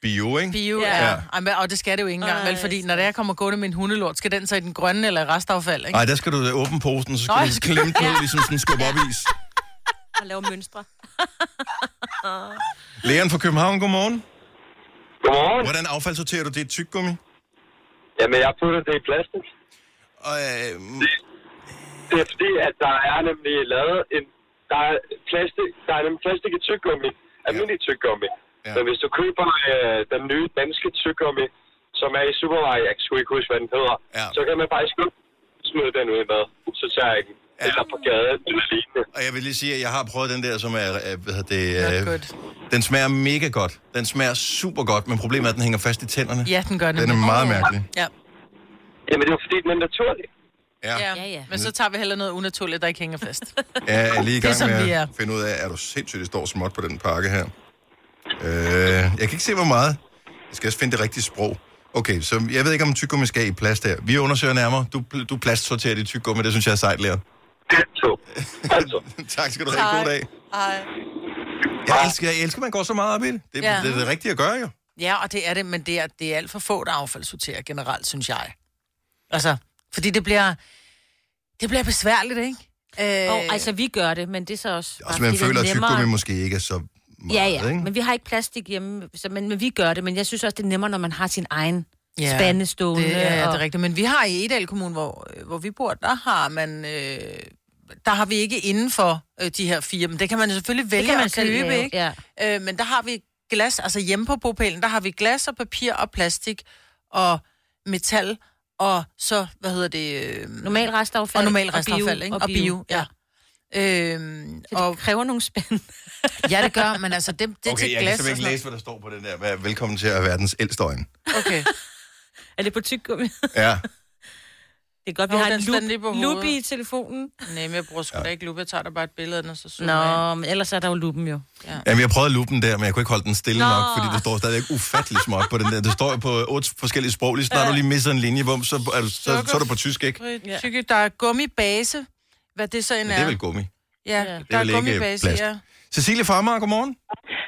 [SPEAKER 1] bio, ikke?
[SPEAKER 4] bio.
[SPEAKER 1] Ja.
[SPEAKER 4] Ja. Ja. Ej, men- og det skal det jo ikke engang, vel? Fordi når det er, jeg kommer gående med en hundelort, skal den så i den grønne eller i restaffald, ikke?
[SPEAKER 1] Nej, der skal du åbne posen, så skal
[SPEAKER 4] Nå,
[SPEAKER 1] Nå,
[SPEAKER 4] jeg
[SPEAKER 1] du
[SPEAKER 4] skal-
[SPEAKER 1] klemme den ud, ligesom sådan en skub op is.
[SPEAKER 3] Og lave mønstre.
[SPEAKER 1] Leon fra København, godmorgen.
[SPEAKER 10] Godmorgen.
[SPEAKER 1] Hvordan affaldssorterer du dit tyggegummi?
[SPEAKER 10] Jamen, jeg putter det i plastik.
[SPEAKER 1] Og, øh,
[SPEAKER 10] Det er fordi, at der er nemlig lavet en... Der er, plastik, der er nemlig plastik i tyggegummi. Almindelig tyggegummi. Ja. Men hvis du køber øh, den nye danske tyggegummi, som er i supermarkedet, jeg skulle ikke huske, hvad den hedder, ja. så kan man bare skubbe smide den ud med. Så tager jeg den. Ja. Eller på gaden, eller lignende.
[SPEAKER 1] og jeg vil lige sige, at jeg har prøvet den der, som er... Øh, hvad hedder det, øh, den smager mega godt. Den smager super godt, men problemet er, at den hænger fast i tænderne.
[SPEAKER 4] Ja, den gør det.
[SPEAKER 1] Den er meget mærkelig.
[SPEAKER 4] Ja.
[SPEAKER 10] Jamen, det er jo fordi, den er naturlig.
[SPEAKER 1] Ja.
[SPEAKER 4] ja. ja, ja. Men så tager vi heller noget unaturligt, der ikke hænger fast.
[SPEAKER 1] Jeg er lige i
[SPEAKER 4] Det er,
[SPEAKER 1] gang
[SPEAKER 4] som
[SPEAKER 1] med
[SPEAKER 4] vi er.
[SPEAKER 1] at finde ud af, er du sindssygt, det står småt på den pakke her. Øh, jeg kan ikke se, hvor meget. Jeg skal også finde det rigtige sprog. Okay, så jeg ved ikke, om tyggegummi skal i plast her. Vi undersøger nærmere. Du, pl- du plastsorterer dit tyggegummi, det synes jeg er sejt, Lea. tak skal du have. God dag.
[SPEAKER 4] Hej.
[SPEAKER 1] Jeg elsker, jeg elsker, at man går så meget op i det. Det, ja.
[SPEAKER 4] Ja.
[SPEAKER 1] det er det rigtige at gøre, jo.
[SPEAKER 4] Ja, og det er det, men det er, det er alt for få, der affaldssorterer generelt, synes jeg. Altså, fordi det bliver, det bliver besværligt, ikke?
[SPEAKER 3] Øh... Og, altså, vi gør det, men det er så også... bare
[SPEAKER 1] Også man
[SPEAKER 3] fordi det er
[SPEAKER 1] føler, at
[SPEAKER 3] nemmere.
[SPEAKER 1] tyggegummi måske ikke er så
[SPEAKER 3] Ja,
[SPEAKER 1] meget,
[SPEAKER 3] ja,
[SPEAKER 1] ikke?
[SPEAKER 3] men vi har ikke plastik hjemme, så, men, men vi gør det. Men jeg synes også, det er nemmere, når man har sin egen
[SPEAKER 4] Ja,
[SPEAKER 3] ja, spande stående.
[SPEAKER 4] Det, ja, ja, det er
[SPEAKER 3] og-
[SPEAKER 4] rigtigt. Men vi har i Edal Kommune, hvor, øh, hvor vi bor, der har man... Øh, der har vi ikke inden for øh, de her fire, men det kan man jo selvfølgelig vælge
[SPEAKER 3] kan man
[SPEAKER 4] at
[SPEAKER 3] selv
[SPEAKER 4] købe,
[SPEAKER 3] lave,
[SPEAKER 4] ikke? Ja. Øh, men der har vi glas, altså hjemme på bopælen, der har vi glas og papir og plastik og metal og så, hvad hedder det? Øh,
[SPEAKER 3] Normal restaffald
[SPEAKER 4] Og normal
[SPEAKER 3] og bio,
[SPEAKER 4] restaffald, ikke?
[SPEAKER 3] og
[SPEAKER 4] Og
[SPEAKER 3] bio,
[SPEAKER 4] bio, ja. Øhm, så det og,
[SPEAKER 3] kræver nogle spænd.
[SPEAKER 4] ja, det gør, men altså det, det er
[SPEAKER 1] Okay,
[SPEAKER 4] til
[SPEAKER 1] jeg kan
[SPEAKER 4] glas og
[SPEAKER 1] simpelthen ikke
[SPEAKER 4] sådan
[SPEAKER 1] læse, hvad der står på den der. Vær- Velkommen til at være verdens ældste øjne.
[SPEAKER 4] noget. Okay.
[SPEAKER 3] Er det på tyggegummi?
[SPEAKER 1] Ja.
[SPEAKER 3] Det er godt, vi
[SPEAKER 4] Nå,
[SPEAKER 3] har
[SPEAKER 4] den
[SPEAKER 3] en
[SPEAKER 4] står lige på
[SPEAKER 3] lup, lup
[SPEAKER 4] hovedet.
[SPEAKER 3] i telefonen.
[SPEAKER 4] Nej, men jeg bruger sgu da ikke lup. Jeg tager da bare et billede af den, og så zoomer jeg
[SPEAKER 3] Nå, men ellers er der jo lupen jo.
[SPEAKER 4] Ja.
[SPEAKER 1] Jamen, jeg prøvede lupen der, men jeg kunne ikke holde den stille Nå.
[SPEAKER 3] Nå.
[SPEAKER 1] nok, fordi det står stadigvæk ufattelig småt på den der. Det står jo på otte forskellige sprog. Lige snart du lige misser en linje, bum, så, er du, så, så, er du på tysk, ikke?
[SPEAKER 4] Ja. Tykke, der er gummibase. Hvad det så end
[SPEAKER 1] Men
[SPEAKER 4] er.
[SPEAKER 1] det er vel gummi.
[SPEAKER 4] Ja, der er,
[SPEAKER 1] vel ikke
[SPEAKER 4] gummibase,
[SPEAKER 1] plast.
[SPEAKER 4] ja.
[SPEAKER 1] Cecilie Farmer, godmorgen.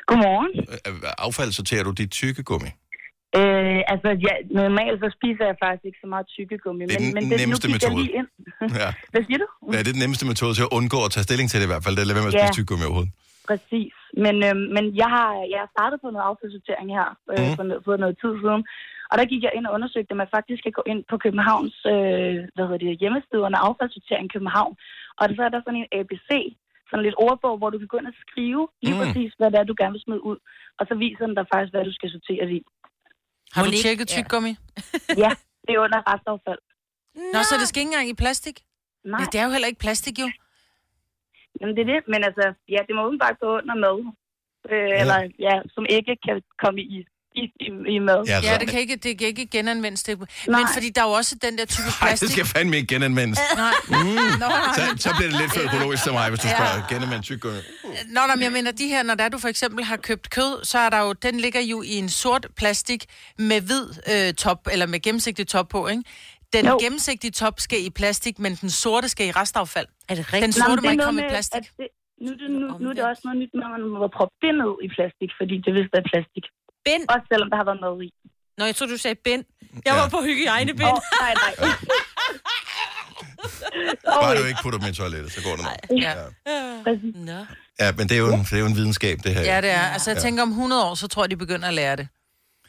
[SPEAKER 11] Godmorgen.
[SPEAKER 1] Øh, Affald sorterer du dit tykkegummi.
[SPEAKER 11] Øh, altså, ja, normalt så spiser jeg faktisk ikke så meget tykkegummi.
[SPEAKER 1] Det er den
[SPEAKER 11] det-
[SPEAKER 1] nemmeste
[SPEAKER 11] nu gik jeg
[SPEAKER 1] metode.
[SPEAKER 11] lige ind.
[SPEAKER 1] Ja.
[SPEAKER 11] Hvad siger du?
[SPEAKER 1] ja, det er den nemmeste metode til at undgå at tage stilling til det i hvert fald. Det er at lade være med at
[SPEAKER 11] Ja.
[SPEAKER 1] spise tykkegummi overhovedet.
[SPEAKER 11] Præcis. Men, øh, men jeg har jeg har startet på noget affaldssortering her øh,
[SPEAKER 1] Mhm.
[SPEAKER 11] for, noget, for noget tid siden. Og der gik jeg ind og undersøgte, at man faktisk kan gå ind på Københavns øh, hvad hedder det, hjemmeside under affaldssortering København. Og så er der sådan en ABC, sådan lidt ordbog, hvor du kan gå ind og skrive lige
[SPEAKER 4] Mhm.
[SPEAKER 11] mm. præcis, hvad det er, du gerne vil smide ud. Og så viser den dig faktisk, hvad du skal sortere det i.
[SPEAKER 4] Har du tjekket tyggegummi?
[SPEAKER 11] Ja, det er under restaffald.
[SPEAKER 4] Nå, så det skal ikke engang i plastik?
[SPEAKER 11] Nej.
[SPEAKER 4] Ja, det er jo heller ikke plastik, jo.
[SPEAKER 11] Jamen, det er det. Men altså, ja, det må udenbart gå under mad. Øh, ja. Eller, ja, som ikke kan komme i, i, i, i mad.
[SPEAKER 4] Ja,
[SPEAKER 1] altså-
[SPEAKER 4] ja det, kan ikke, det kan ikke genanvendes. Det. Men
[SPEAKER 11] Nej.
[SPEAKER 4] fordi der er jo også den der type
[SPEAKER 1] Nej, det
[SPEAKER 4] plastik.
[SPEAKER 1] skal fandme ikke genanvendes.
[SPEAKER 4] Nej.
[SPEAKER 1] Mm.
[SPEAKER 4] Nå, nej.
[SPEAKER 1] Så, så bliver det lidt for økologisk til mig, hvis du
[SPEAKER 4] Ja.
[SPEAKER 1] spørger genanvende tykkegummi.
[SPEAKER 4] Nå, nå, men jeg mener, de her, når der du for eksempel har købt kød, så er der jo, den ligger jo i en sort plastik med hvid øh, top, eller med gennemsigtig top på, ikke? Den
[SPEAKER 11] Jo.
[SPEAKER 4] jo. gennemsigtige top skal i plastik, men den sorte skal i restaffald.
[SPEAKER 3] Er det
[SPEAKER 4] Den
[SPEAKER 11] Nå, men
[SPEAKER 4] sorte
[SPEAKER 11] det
[SPEAKER 4] må
[SPEAKER 11] er
[SPEAKER 4] ikke
[SPEAKER 11] noget
[SPEAKER 4] komme i
[SPEAKER 11] med,
[SPEAKER 4] plastik.
[SPEAKER 11] at Det, nu, nu, nu, nu er det også noget nyt med, at man må proppe det ned i plastik, fordi det vidste er plastik.
[SPEAKER 3] Bind?
[SPEAKER 11] Også selvom der har været mad i.
[SPEAKER 3] Nå, jeg troede, du sagde bind. Jeg var på hygiejnebind.
[SPEAKER 11] Åh, nej, nej.
[SPEAKER 1] Øh, Bare du ikke putter dem i toilettet, så går det nok.
[SPEAKER 4] Ja. Nå.
[SPEAKER 1] Ja, men det er jo en, det er jo en videnskab, det her.
[SPEAKER 4] Ja, det er. Altså, jeg tænker, om 100 år, så tror jeg, de begynder at lære det.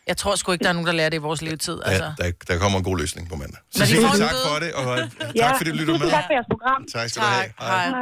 [SPEAKER 4] Jeg tror sgu ikke, der er nogen, der lærer det i vores levetid,
[SPEAKER 1] Ja,
[SPEAKER 4] altså.
[SPEAKER 1] der, der kommer en god løsning på mandag.
[SPEAKER 4] Når de får
[SPEAKER 1] Cecilie,
[SPEAKER 4] en
[SPEAKER 1] tak
[SPEAKER 4] bøde.
[SPEAKER 1] for det, og øh, tak fordi du lytter med.
[SPEAKER 11] jeres program.
[SPEAKER 1] Tak skal du have. Hej.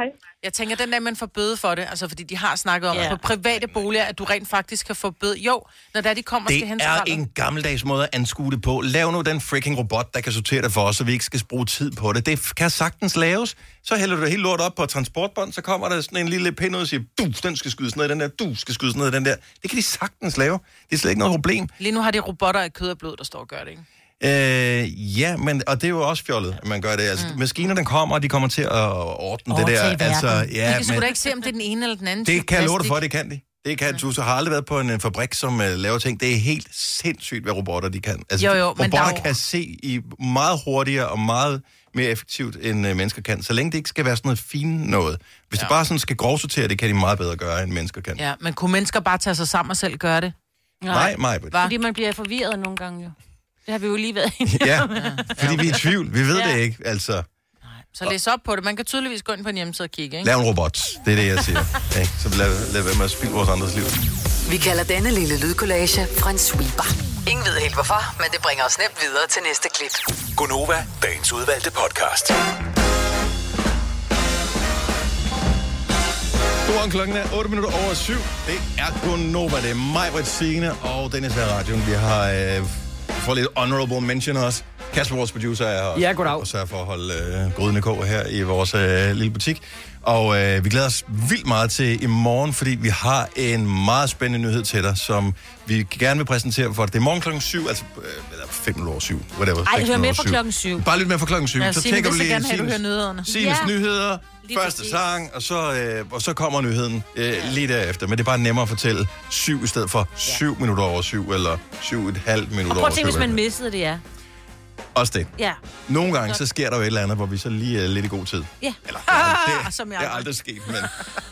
[SPEAKER 4] Jeg tænker, den der, man får bøde for det, altså fordi de har snakket om,
[SPEAKER 1] Ja.
[SPEAKER 4] ja. at på private boliger, at du rent faktisk kan få bøde. Jo, når der de kommer, skal hen
[SPEAKER 1] Det
[SPEAKER 4] til
[SPEAKER 1] er
[SPEAKER 4] rallet.
[SPEAKER 1] en gammeldags måde at anskue det på. Lav nu den freaking robot, der kan sortere det for os, så vi ikke skal bruge tid på det. Det kan sagtens laves. Så hælder du det hele lort op på et transportbånd, så kommer der sådan en lille pind ud og siger, du, den skal skydes ned i den der, du skal skydes ned i den der. Det kan de sagtens lave. Det er slet ikke noget problem.
[SPEAKER 4] Lige nu har de robotter i kød og blod, der står og gør det, ikke?
[SPEAKER 1] Øh, ja, men, og det er jo også fjollet, at man gør det. Altså, mm. Maskiner, den kommer, og de kommer til at ordne det der. Altså,
[SPEAKER 4] de
[SPEAKER 1] ja,
[SPEAKER 4] kan sgu da ikke se, om det er den ene eller den anden type
[SPEAKER 1] Det kan jeg love dig
[SPEAKER 4] plastik.
[SPEAKER 1] for, det kan de. Det kan du. Så har aldrig været på en øh, fabrik, som uh, laver ting. Det er helt sindssygt, hvad robotter de kan. Altså,
[SPEAKER 4] Jo, jo, men der
[SPEAKER 1] robotter
[SPEAKER 4] er jo-
[SPEAKER 1] kan se i meget hurtigere og meget mere effektivt, end uh, mennesker kan. Så længe det ikke skal være sådan noget fint noget. Hvis ja. du bare sådan skal grovsortere, det kan de meget bedre gøre, end mennesker kan.
[SPEAKER 4] Ja, men kunne mennesker bare tage sig sammen og selv gøre det?
[SPEAKER 1] Nej, Majbrit.
[SPEAKER 3] Fordi man bliver forvirret nogle gange jo. Det har vi jo lige været
[SPEAKER 1] Ja,
[SPEAKER 3] om.
[SPEAKER 1] fordi vi er i tvivl. Vi ved
[SPEAKER 4] Ja.
[SPEAKER 1] det ikke. Altså,
[SPEAKER 4] Så læs op på det. Man kan tydeligvis gå ind på en hjemmeside og kigge, ikke?
[SPEAKER 1] lav en robot. Det er det, jeg siger. Ikke? Så lad, lad være med at spilde vores andres liv.
[SPEAKER 6] Vi kalder denne lille lydkollage Frans sweeper. Ingen ved helt hvorfor, men det bringer os nemt videre til næste klip.
[SPEAKER 12] Gunova, dagens udvalgte podcast.
[SPEAKER 1] Godmorgen, klokken er 8 minutter over 7. Det er kun Nova, det er mig, Britt Signe og Dennis her i radioen. Vi har øh, fået lidt honorable mention også. Kasper, vores producer, er her også.
[SPEAKER 13] Ja, goddag.
[SPEAKER 1] Og sørger for at holde øh, gryden i kog her i vores øh, lille butik. Og øh, vi glæder os vildt meget til i morgen, fordi vi har en meget spændende nyhed til dig, som vi gerne vil præsentere for dig. Det er morgen klokken 7, altså øh, eller 5 minutter over 7, whatever.
[SPEAKER 3] Ej,
[SPEAKER 1] seks
[SPEAKER 3] hør
[SPEAKER 1] minutter
[SPEAKER 3] med
[SPEAKER 1] over
[SPEAKER 3] fra
[SPEAKER 1] syv.
[SPEAKER 3] klokken syv.
[SPEAKER 1] Bare lyt med fra klokken 7.
[SPEAKER 3] Ja,
[SPEAKER 1] så
[SPEAKER 3] Signe,
[SPEAKER 1] tjekker du
[SPEAKER 3] vil så
[SPEAKER 1] lige
[SPEAKER 3] gerne have, du
[SPEAKER 1] Signes-
[SPEAKER 3] hører nyhederne.
[SPEAKER 1] Signes
[SPEAKER 3] Ja.
[SPEAKER 1] nyheder,
[SPEAKER 3] Lige
[SPEAKER 1] første
[SPEAKER 3] præcis.
[SPEAKER 1] sang, og så, øh, og så kommer nyheden øh, ja. lige derefter. Men det er bare nemmere at fortælle syv i stedet for syv minutter over syv, eller syv et halvt minut
[SPEAKER 3] Og prøv
[SPEAKER 1] over
[SPEAKER 3] at tænke, hvis
[SPEAKER 1] syv.
[SPEAKER 3] man missede det, ja.
[SPEAKER 1] Også det.
[SPEAKER 3] Ja.
[SPEAKER 1] Nogle gange,
[SPEAKER 3] Nå.
[SPEAKER 1] så sker der jo et eller andet, hvor vi så lige er lidt i god tid.
[SPEAKER 3] Ja.
[SPEAKER 1] Eller,
[SPEAKER 4] det, Ah, som
[SPEAKER 1] Det er
[SPEAKER 4] jeg.
[SPEAKER 1] aldrig sket, men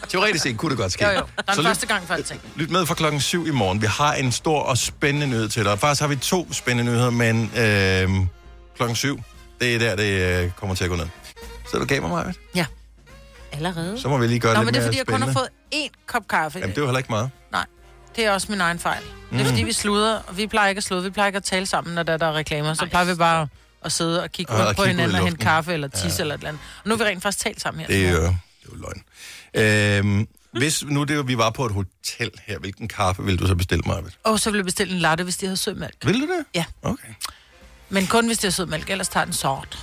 [SPEAKER 1] teoretisk set kunne det godt ske.
[SPEAKER 4] Jo, jo. Der er
[SPEAKER 1] Så
[SPEAKER 4] den
[SPEAKER 1] lyt-
[SPEAKER 4] første gang for alting.
[SPEAKER 1] Lyt med fra klokken 7 i morgen. Vi har en stor og spændende nyhed til dig. Faktisk har vi to spændende nyheder, men øh, klokken 7, det er der, det øh, kommer til at gå ned. Så du gav mig mig,
[SPEAKER 4] Ja.
[SPEAKER 3] Allerede?
[SPEAKER 1] Så må vi lige gøre
[SPEAKER 4] Nå,
[SPEAKER 1] lidt
[SPEAKER 4] men det er
[SPEAKER 1] mere
[SPEAKER 4] fordi, jeg kun har
[SPEAKER 1] spændende.
[SPEAKER 4] fået én kop kaffe.
[SPEAKER 1] Jamen, det er jo heller ikke meget.
[SPEAKER 4] Nej, det er også min egen fejl. Det er
[SPEAKER 1] Mm.
[SPEAKER 4] fordi, vi sluder, og vi plejer ikke at slude. Vi plejer ikke at tale sammen, når der, der er reklamer. Så plejer vi bare at sidde og kigge
[SPEAKER 1] Og- og
[SPEAKER 4] rundt på
[SPEAKER 1] kigge ud i
[SPEAKER 4] hinanden og hente
[SPEAKER 1] luften.
[SPEAKER 4] kaffe eller tisse
[SPEAKER 1] Ja.
[SPEAKER 4] eller et eller andet. Og nu er vi rent faktisk talt sammen her.
[SPEAKER 1] Det er jo, det er jo løgn. Øh, hvis nu det var, vi var på et hotel her, hvilken kaffe ville du så bestille mig?
[SPEAKER 4] Og så vil jeg bestille en latte, hvis de har sødmælk.
[SPEAKER 1] Vil du det?
[SPEAKER 4] Ja.
[SPEAKER 1] Okay.
[SPEAKER 4] Men kun hvis de har sødmælk, ellers tager den sort.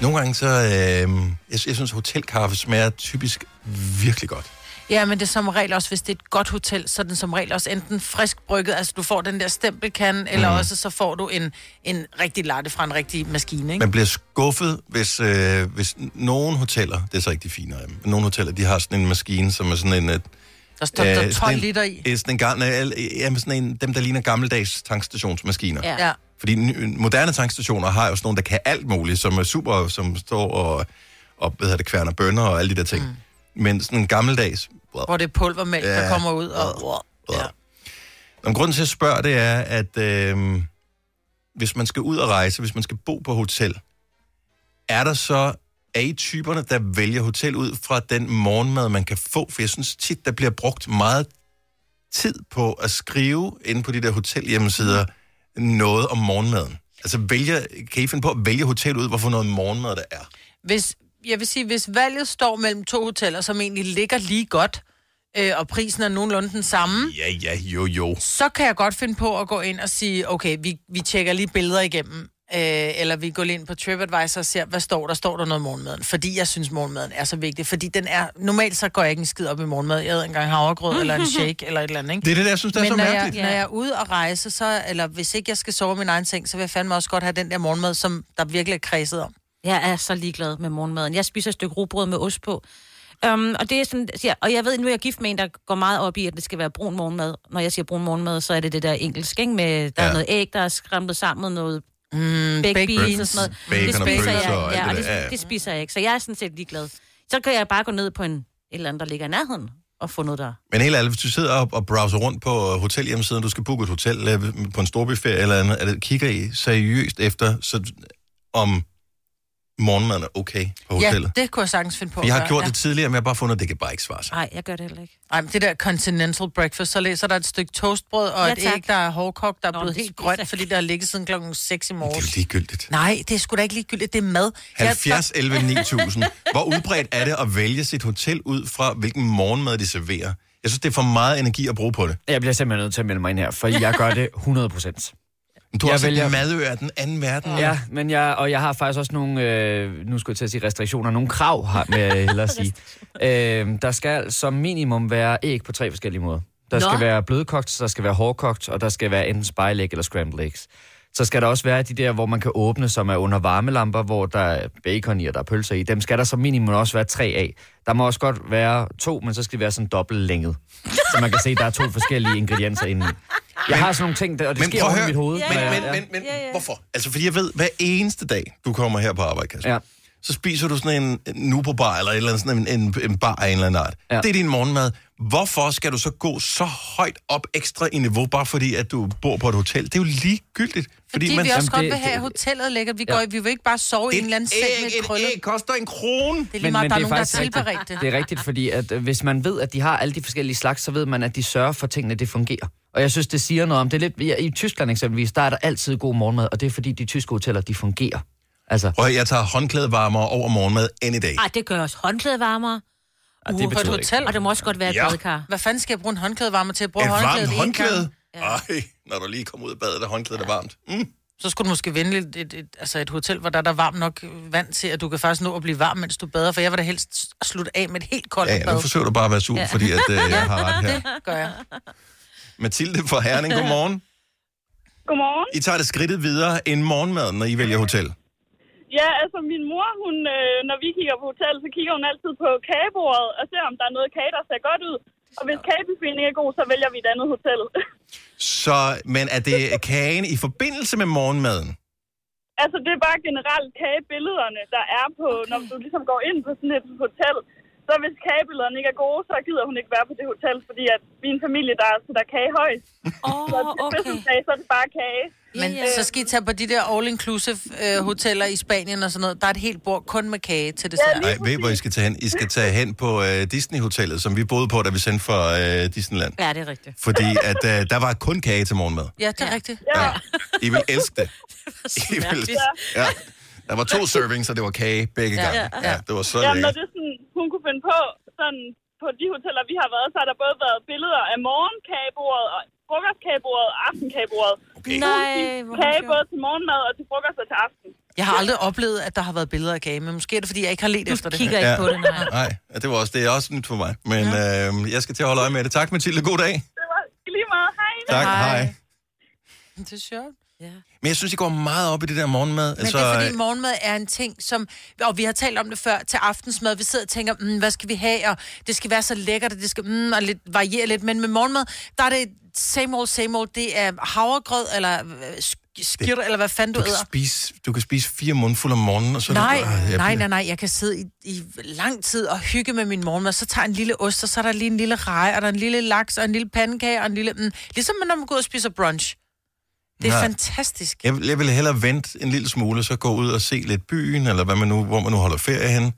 [SPEAKER 1] Nogle gange så, øh, jeg, jeg synes, hotelkaffe smager typisk virkelig godt.
[SPEAKER 4] Ja, men det er som regel også, hvis det er et godt hotel, så er den som regel også enten frisk brygget, altså du får den der stempelkande, eller
[SPEAKER 1] Mm.
[SPEAKER 4] også så får du en, en rigtig latte fra en rigtig maskine, ikke?
[SPEAKER 1] Man bliver skuffet, hvis, øh, hvis n- nogle hoteller, det er så ikke de fine af dem, men nogle hoteller, de har sådan en maskine, som er sådan en... Øh,
[SPEAKER 4] Der står der 12
[SPEAKER 1] øh, sådan en-
[SPEAKER 4] liter i.
[SPEAKER 1] øh, Sådan en, gammel, øh, jamen sådan en, dem der ligner gammeldags tankstationsmaskiner.
[SPEAKER 4] Ja. ja.
[SPEAKER 1] Fordi ny- moderne tankstationer har jo sådan nogle, der kan alt muligt, som er super, som står og, og hvad hedder det, kværner bønder og alle de der ting. Mm. Men sådan en gammeldags...
[SPEAKER 4] Hvor det er pulvermælk, ja.
[SPEAKER 1] Ja.
[SPEAKER 4] der kommer ud, og...
[SPEAKER 1] Nå, men grunden til, at jeg spørger, det er, at øh, hvis man skal ud og rejse, hvis man skal bo på hotel, er der så er I typerne, der vælger hotel ud fra den morgenmad, man kan få? For jeg synes tit, der bliver brugt meget tid på at skrive inde på de der hotelhjemmesider noget om morgenmaden. Altså, vælger, kan I finde på at vælge hotel ud, hvorfor noget morgenmad der er?
[SPEAKER 4] Hvis, jeg vil sige, hvis valget står mellem to hoteller, som egentlig ligger lige godt, øh, og prisen er nogenlunde den samme,
[SPEAKER 1] Ja, ja, jo, jo.
[SPEAKER 4] så kan jeg godt finde på at gå ind og sige, okay, vi, vi tjekker lige billeder igennem, øh, eller vi går lige ind på TripAdvisor og ser, hvad står der? Står der noget om morgenmaden? Fordi jeg synes, morgenmaden er så vigtig, fordi den er... Normalt så går jeg ikke en skid op i morgenmad. Jeg æder engang havregrød eller en shake eller et eller andet, ikke?
[SPEAKER 1] Det er det, der, jeg synes, der er
[SPEAKER 4] Men
[SPEAKER 1] så
[SPEAKER 4] når
[SPEAKER 1] mærkeligt.
[SPEAKER 4] Jeg, når jeg er ude og rejse, så, eller hvis ikke jeg skal sove i min egen seng, så vil jeg fandme også godt have den der morgenmad, som der virkelig er kredset om.
[SPEAKER 3] Jeg er så ligeglad med morgenmaden. Jeg spiser et stykke rugbrød med ost på. Um, og, det er sådan, ja, og jeg ved, nu er jeg gift med en, der går meget op i, at det skal være brun morgenmad. Når jeg siger brun morgenmad, så er det det der engelsk, ikke? Med, der ja.
[SPEAKER 1] Ja.
[SPEAKER 3] er noget æg, der er skræmmet sammen med noget
[SPEAKER 4] mm,
[SPEAKER 3] baked
[SPEAKER 1] baked
[SPEAKER 3] beans og
[SPEAKER 1] beans.
[SPEAKER 3] sådan noget.
[SPEAKER 1] Bacon og pølser og
[SPEAKER 3] jeg, ja,
[SPEAKER 1] alt det
[SPEAKER 3] og
[SPEAKER 1] der. Ja, ja.
[SPEAKER 3] det, det spiser jeg ikke. Så jeg er sådan set ligeglad. Så kan jeg bare gå ned på en, et eller andet, der ligger i nærheden, og få noget der.
[SPEAKER 1] Men helt ærligt, hvis du sidder op og browser rundt på øh, hotelhjemmesiden, du skal booke et hotel øh, på en storbyferie eller andet, er det, kigger I seriøst efter, så, om morgenmaden er okay på hotellet?
[SPEAKER 4] Ja, det kunne jeg sagtens finde på.
[SPEAKER 1] Vi
[SPEAKER 4] at
[SPEAKER 1] har
[SPEAKER 4] gøre,
[SPEAKER 1] gjort
[SPEAKER 4] ja.
[SPEAKER 1] det tidligere, men jeg har bare fundet, at det kan bare ikke svare sig.
[SPEAKER 3] Nej, jeg gør det heller ikke.
[SPEAKER 4] Ej, men det der continental breakfast, så læser der et stykke toastbrød og
[SPEAKER 3] Ja,
[SPEAKER 4] ja, et
[SPEAKER 3] tak.
[SPEAKER 4] æg, der er hårdkogt, der er
[SPEAKER 3] Nå,
[SPEAKER 4] blevet
[SPEAKER 3] det
[SPEAKER 4] helt grønt, fordi der har ligget siden klokken 6 i morges.
[SPEAKER 1] Ligegyldigt.
[SPEAKER 4] Nej, det er sgu da ikke ligegyldigt, det er mad. Jeg-
[SPEAKER 1] 70, 11, 9000. Hvor udbredt er det at vælge sit hotel ud fra, hvilken morgenmad de serverer? Jeg synes, det er for meget energi at bruge på det.
[SPEAKER 13] Jeg bliver simpelthen nødt til at melde mig ind her, for jeg gør det 100 procent.
[SPEAKER 1] Du har også et madø af den anden verden.
[SPEAKER 13] Ja, men jeg, og jeg har faktisk også nogle, øh, nu skulle jeg til at sige restriktioner, nogle krav, har, med jeg hellere sige. Øh, der skal som minimum være æg på tre forskellige måder.
[SPEAKER 14] Nå.
[SPEAKER 13] Der skal være blødkogt, der skal være hårdkogt, og der skal være enten spejlæg eller scrambled eggs. Så skal der også være de der, hvor man kan åbne, som er under varmelamper, hvor der er bacon i, og der er pølser i. Dem skal der som minimum også være tre af. Der må også godt være to, men så skal de være sådan dobbelt længet. Så man kan se, at der er to forskellige ingredienser inde i. Jeg har sådan nogle ting, der, og det
[SPEAKER 1] men
[SPEAKER 13] sker
[SPEAKER 1] prøv
[SPEAKER 13] oven i
[SPEAKER 1] at høre.
[SPEAKER 13] mit hoved.
[SPEAKER 1] Men-
[SPEAKER 13] når jeg-
[SPEAKER 1] men-
[SPEAKER 13] ja.
[SPEAKER 1] men- men Hvorfor? Altså, fordi jeg ved, hver eneste dag, du kommer her på arbejde, Kasper, ja. så spiser du sådan en nubo bar eller, et eller andet, sådan en, en, en bar af en eller anden art. Ja. Det er din morgenmad. Hvorfor skal du så gå så højt op ekstra i niveau, bare fordi at du bor på et hotel? Det er jo ligegyldigt.
[SPEAKER 4] Fordi, fordi vi også godt vil have at
[SPEAKER 1] det,
[SPEAKER 4] hotellet lækkert. Vi,
[SPEAKER 1] Ja.
[SPEAKER 4] går, vi vil ikke bare sove i en eller anden seng med et krølle. Det
[SPEAKER 1] koster en krone. Det
[SPEAKER 4] er lige meget, der er nogen, der har tilberedt
[SPEAKER 13] rigtigt.
[SPEAKER 4] det.
[SPEAKER 13] Det er rigtigt, fordi at, øh, hvis man ved, at de har alle de forskellige slags, så ved man, at de sørger for, at tingene det fungerer. Og jeg synes, det siger noget om det. Er lidt, ja, I Tyskland eksempelvis, der er der altid god morgenmad, og det er fordi, de tyske hoteller, de fungerer. Altså.
[SPEAKER 1] Prøv, at høre, jeg tager håndklædevarmer over morgenmad any day.
[SPEAKER 3] Ej, det gør også håndklæde varmere.
[SPEAKER 1] Ej, det
[SPEAKER 3] Ude på et
[SPEAKER 1] betyder
[SPEAKER 3] hotel.
[SPEAKER 1] ikke.
[SPEAKER 3] Og det må også godt være et
[SPEAKER 1] Ja.
[SPEAKER 3] badekar.
[SPEAKER 4] Hvad fanden skal jeg bruge en håndklædevarmer til? Jeg bruger
[SPEAKER 1] Et
[SPEAKER 4] håndklædet
[SPEAKER 1] varmt
[SPEAKER 4] én
[SPEAKER 1] håndklæde?
[SPEAKER 4] gang.
[SPEAKER 1] Ej, når du lige kommer ud af badet, er håndklædet er varmt. Mm.
[SPEAKER 4] Så skulle du måske vende et, et, et, altså et hotel, hvor der er der varmt nok vand til, at du kan faktisk nå at blive varm, mens du bader. For jeg vil da helst s- slutte af med et helt koldt
[SPEAKER 1] Ja, ja,
[SPEAKER 4] bad.
[SPEAKER 1] nu forsøger du bare at være sur,
[SPEAKER 4] Ja.
[SPEAKER 1] fordi at, øh, jeg har ret her.
[SPEAKER 4] Det gør jeg.
[SPEAKER 1] Mathilde fra Herning, godmorgen.
[SPEAKER 14] Godmorgen.
[SPEAKER 1] I tager det skridtet videre end morgenmaden, når I vælger hotel.
[SPEAKER 14] Ja, altså min mor, hun, øh, når vi kigger på hotel, så kigger hun altid på kagebordet og ser, om der er noget kage, der ser godt ud. Og hvis kagebuffeten ikke er god, så vælger vi et andet hotel.
[SPEAKER 1] Så, men er det kagen i forbindelse med morgenmaden?
[SPEAKER 14] altså det er bare generelt kagebillederne, der er på, okay. når du ligesom går ind på sådan et hotel. Så hvis kagebillederne ikke er gode, så gider hun ikke være på det hotel, fordi at min familie, der er, så der er kage højst.
[SPEAKER 3] Oh,
[SPEAKER 14] så til fødselsdag, så er det bare kage. Øh,
[SPEAKER 4] Men så skal I tage på de der all-inclusive øh, hoteller i Spanien og sådan noget. Der er et helt bord kun med kage til dessert.
[SPEAKER 1] Nej, ved I, hvor I skal tage hen? I skal tage hen på øh, Disney-hotellet, som vi boede på, da vi sendte fra øh, Disneyland.
[SPEAKER 3] Ja, det er rigtigt.
[SPEAKER 1] Fordi at, øh, der var kun kage til morgenmad.
[SPEAKER 4] Ja, det er rigtigt.
[SPEAKER 1] Ja. I vil elske det. I
[SPEAKER 3] Det var
[SPEAKER 1] vil, ja. Der var to servings, og det var kage begge
[SPEAKER 14] Ja.
[SPEAKER 1] gange.
[SPEAKER 14] Ja.
[SPEAKER 1] Ja, det var så
[SPEAKER 14] Jamen, når
[SPEAKER 1] lækkert.
[SPEAKER 14] det er sådan, hun kunne finde på, sådan, på de hoteller, vi har været, så har der både været billeder af morgenkagebordet, og frokostkagebordet og aftenkagebordet.
[SPEAKER 4] Okay.
[SPEAKER 14] Hun
[SPEAKER 4] Nej,
[SPEAKER 14] fik
[SPEAKER 4] hvor
[SPEAKER 14] kage
[SPEAKER 4] sjovt.
[SPEAKER 14] både til morgenmad og til frokost og til aften.
[SPEAKER 4] Jeg har aldrig oplevet, at der har været billeder af kage, men måske er det, fordi jeg ikke har let efter det.
[SPEAKER 1] nej. Ja, det var også, det er også nyt for mig. Men øh, jeg skal til at holde øje med det. Tak, Mathilde. God dag.
[SPEAKER 14] Det var lige meget. Hej.
[SPEAKER 1] Tak. Hej.
[SPEAKER 4] Det er sjovt.
[SPEAKER 1] Men jeg synes, I går meget op i det der morgenmad.
[SPEAKER 4] Men altså, det er fordi morgenmad er en ting, som... Og vi har talt om det før til aftensmad. Vi sidder og tænker, mm, hvad skal vi have? Og det skal være så lækkert, og det skal mm, og lidt, variere lidt. Men med morgenmad, der er det same old, same old. Det er havregrød, eller øh, sk- skirter, eller hvad fanden du,
[SPEAKER 1] du, kan
[SPEAKER 4] æder.
[SPEAKER 1] spise, du kan spise fire mundfulde om morgenen, og så... er det-
[SPEAKER 4] Nej,
[SPEAKER 1] Ah, jeg
[SPEAKER 4] nej,
[SPEAKER 1] bliver-
[SPEAKER 4] nej, nej. Jeg kan sidde i, i lang tid og hygge med min morgenmad. Så tager jeg en lille ost, og så er der lige en lille rej, og der er en lille laks, og en lille pandekage, og en lille... Mm, ligesom når man går ud og spiser brunch. Det er
[SPEAKER 1] Nej.
[SPEAKER 4] fantastisk.
[SPEAKER 1] Jeg, vil- jeg vil hellere vente en lille smule, så gå ud og se lidt byen, eller hvad man nu, hvor man nu holder ferie hen,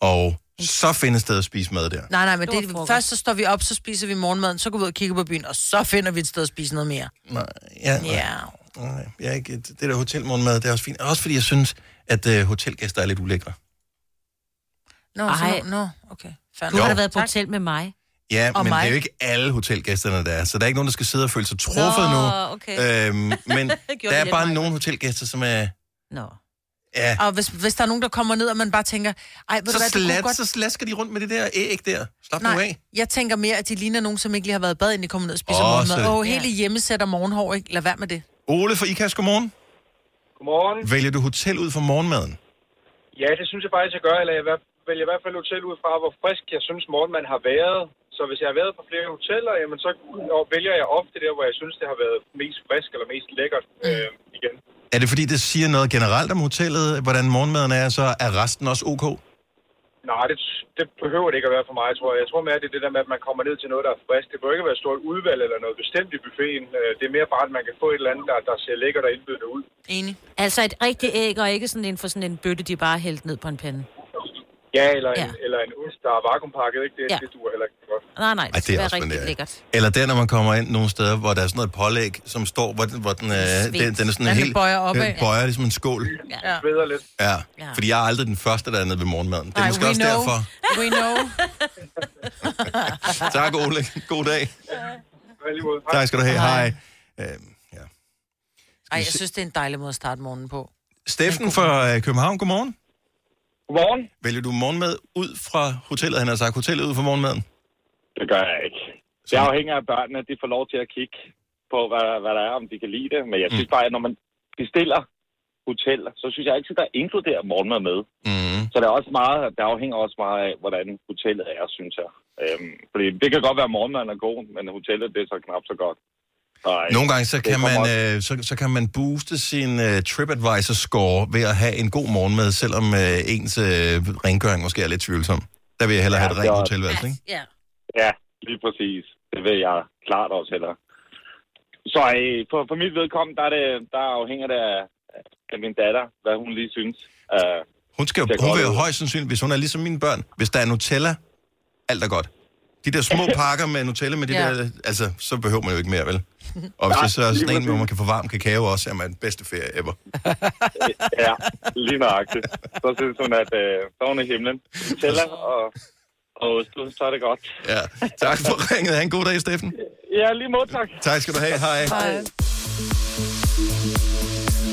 [SPEAKER 1] og så finde et sted at spise mad der.
[SPEAKER 4] Nej, nej, men det, er- først så står vi op, så spiser vi morgenmaden, så går vi ud og kigger på byen, og så finder vi et sted at spise noget mere.
[SPEAKER 1] Nej, ja, nej.
[SPEAKER 4] Ja.
[SPEAKER 1] Nej, jeg er ikke, det der hotelmorgenmad, det er også fint. Også fordi jeg synes, at øh, hotelgæster er lidt ulækre.
[SPEAKER 4] Nå,
[SPEAKER 3] Ej.
[SPEAKER 4] Ej. Nå, okay. Fandme.
[SPEAKER 3] Du har
[SPEAKER 1] Jo.
[SPEAKER 3] da været på hotel med mig.
[SPEAKER 1] Ja,
[SPEAKER 3] Og
[SPEAKER 1] og men mig.
[SPEAKER 3] mig.
[SPEAKER 1] det er jo ikke alle hotelgæsterne, der er. Så der er ikke nogen, der skal sidde og føle sig truffet Nå, nu.
[SPEAKER 4] okay.
[SPEAKER 1] Øhm, men
[SPEAKER 4] Gjorde
[SPEAKER 1] der
[SPEAKER 4] vi
[SPEAKER 1] er bare
[SPEAKER 4] lidt,
[SPEAKER 1] nogle hotelgæster, som er...
[SPEAKER 3] Nå.
[SPEAKER 1] Ja,
[SPEAKER 4] Og hvis, hvis der er nogen, der kommer ned, og man bare tænker, Ej, ved
[SPEAKER 1] så,
[SPEAKER 4] du hvad, det
[SPEAKER 1] slat,
[SPEAKER 4] kunne godt...
[SPEAKER 1] så slasker de rundt med det der æg der. Slap nu
[SPEAKER 4] Nej,
[SPEAKER 1] af.
[SPEAKER 4] jeg tænker mere, at de ligner nogen, som ikke lige har været i bad, inden de kommer ned og spiser
[SPEAKER 1] Åh,
[SPEAKER 4] morgenmad.
[SPEAKER 1] så-
[SPEAKER 4] Og hele hjemmesæt og morgenhår, ikke? Lad være med det.
[SPEAKER 1] Ole fra IKAS, godmorgen.
[SPEAKER 15] Godmorgen.
[SPEAKER 1] Vælger du hotel ud for morgenmaden?
[SPEAKER 15] Ja, det synes jeg faktisk, jeg gør, eller jeg vær- vælger i hvert fald hotel ud fra, hvor frisk jeg synes, morgenmand har været. Så hvis jeg har været på flere hoteller, jamen, så vælger jeg ofte der, hvor jeg synes, det har været mest frisk eller mest lækkert
[SPEAKER 4] Mm.
[SPEAKER 15] øh, igen.
[SPEAKER 1] Er det fordi, det siger noget generelt om hotellet, hvordan morgenmaden er, så er resten også ok?
[SPEAKER 15] Nej, det, det behøver det ikke at være for mig, tror jeg. Jeg tror mere, det er det der med, at man kommer ned til noget, der er frisk. Det behøver ikke at være et stort udvalg eller noget bestemt i buffeten. Øh, Det er mere bare, at man kan få et eller andet, der, der ser lækkert og indbydende ud.
[SPEAKER 4] Enig.
[SPEAKER 3] Altså et rigtigt æg, og ikke sådan en for sådan en bøtte, de bare hældt ned på en pande.
[SPEAKER 15] Ja, eller, ja.
[SPEAKER 3] Ja.
[SPEAKER 15] En, eller en ost, der er vakuumpakket, ikke? Det,
[SPEAKER 3] Ja.
[SPEAKER 15] ja. det duer heller ikke godt.
[SPEAKER 3] Nej, nej, det,
[SPEAKER 1] Ej,
[SPEAKER 3] skal
[SPEAKER 1] det er
[SPEAKER 3] være
[SPEAKER 1] også
[SPEAKER 3] rigtig
[SPEAKER 1] banalt.
[SPEAKER 3] lækkert.
[SPEAKER 1] Eller der, når man kommer ind nogle steder, hvor der er sådan noget pålæg, som står, hvor den, hvor den, øh,
[SPEAKER 3] Svedt.
[SPEAKER 1] den, den er sådan
[SPEAKER 3] Den
[SPEAKER 1] helt...
[SPEAKER 3] bøjer opad.
[SPEAKER 1] Den bøjer ligesom en skål.
[SPEAKER 4] Ja.
[SPEAKER 15] Sveder lidt.
[SPEAKER 1] Ja. ja, fordi jeg er aldrig den første, der er nede ved morgenmaden. Det er
[SPEAKER 4] Nej,
[SPEAKER 1] måske
[SPEAKER 4] we
[SPEAKER 1] også
[SPEAKER 4] know.
[SPEAKER 1] derfor.
[SPEAKER 4] We know.
[SPEAKER 1] Tak, Ole. God dag.
[SPEAKER 15] Alligevel.
[SPEAKER 1] Tak skal du have. Hej. Øh,
[SPEAKER 4] Ej, jeg synes, det er en dejlig måde at starte morgenen på.
[SPEAKER 1] Steffen fra øh, København, godmorgen.
[SPEAKER 15] Godmorgen.
[SPEAKER 1] Vælger du morgenmad ud fra hotellet? Han har sagt hotellet ud fra morgenmaden.
[SPEAKER 16] Det gør jeg ikke. Det afhænger af børnene, at de får lov til at kigge på, hvad, hvad der er, om de kan lide det. Men jeg
[SPEAKER 1] Mm.
[SPEAKER 16] synes bare, at når man bestiller hotel, så synes jeg altid, der inkluderer morgenmad med.
[SPEAKER 1] Mm.
[SPEAKER 16] Så det, er også meget, det afhænger også meget af, hvordan hotellet er, synes jeg. Øhm, fordi det kan godt være, at morgenmaden er god, men hotellet det er så knap så øh, godt. Nej,
[SPEAKER 1] Nogle gange så kan, man, øh, så, så kan man booste sin øh, TripAdvisor-score ved at have en god morgenmad, selvom øh, ens øh, rengøring måske er lidt tvivlsom. Der vil jeg hellere
[SPEAKER 16] Ja,
[SPEAKER 1] have et
[SPEAKER 16] det
[SPEAKER 1] rent
[SPEAKER 16] er-
[SPEAKER 1] hotelværelse, ikke?
[SPEAKER 3] Ja.
[SPEAKER 16] Ja, Lige præcis. Det vil jeg klart også hellere. Så øh, for, for mit vedkommende, der, er det, der afhænger det af, af min datter, hvad hun lige synes. Uh,
[SPEAKER 1] Hun skal jo hun vil jo højst sandsynligt, hvis hun er ligesom mine børn, hvis der er Nutella, alt er godt. De der små pakker med Nutella, med de
[SPEAKER 16] Ja.
[SPEAKER 1] ja. der, altså, så behøver man jo ikke mere, vel? Og hvis
[SPEAKER 16] Nej,
[SPEAKER 1] det så er
[SPEAKER 16] lige
[SPEAKER 1] sådan en, hvor
[SPEAKER 16] præcis.
[SPEAKER 1] man kan få varm kakao også, er man bedste ferie ever.
[SPEAKER 16] ja, lige nøjagtigt. Så synes hun, at øh, så er hun i himlen. Tæller og, og ost, så er det godt.
[SPEAKER 1] Ja. Tak for ringet. Ha' en god dag, Steffen.
[SPEAKER 16] Ja, lige måde, tak.
[SPEAKER 1] Tak skal du have. Hej.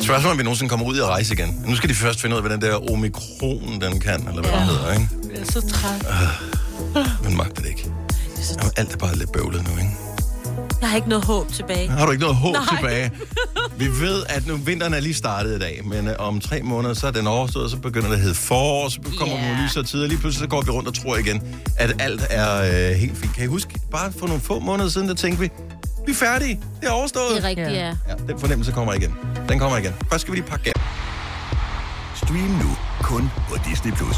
[SPEAKER 1] Spørgsmålet er, om vi nogensinde kommer ud i at rejse igen. Nu skal de først finde ud af, hvad den der omikron, den kan, eller hvad ja. den hedder, ikke?
[SPEAKER 4] Jeg er så træt.
[SPEAKER 1] Man magter det ikke. Jamen, alt er bare lidt bøvlet nu, ikke?
[SPEAKER 3] Der er ikke noget håb tilbage.
[SPEAKER 1] Har du ikke noget håb
[SPEAKER 3] Nej.
[SPEAKER 1] Nej. tilbage? Vi ved, at nu vinteren er lige startet i dag, men øh, om tre måneder, så er den overstået, og så begynder det at hedde forår, så kommer yeah. nogle lysere tider, og lige pludselig så går vi rundt og tror igen, at alt er øh, helt fint. Kan I huske, bare for nogle få måneder siden, der tænkte vi, vi er færdige, det er overstået.
[SPEAKER 3] Det er rigtigt, ja.
[SPEAKER 1] ja. Den fornemmelse kommer igen. Den kommer igen. Først skal vi lige pakke af.
[SPEAKER 12] Stream nu kun på Disney+. Plus.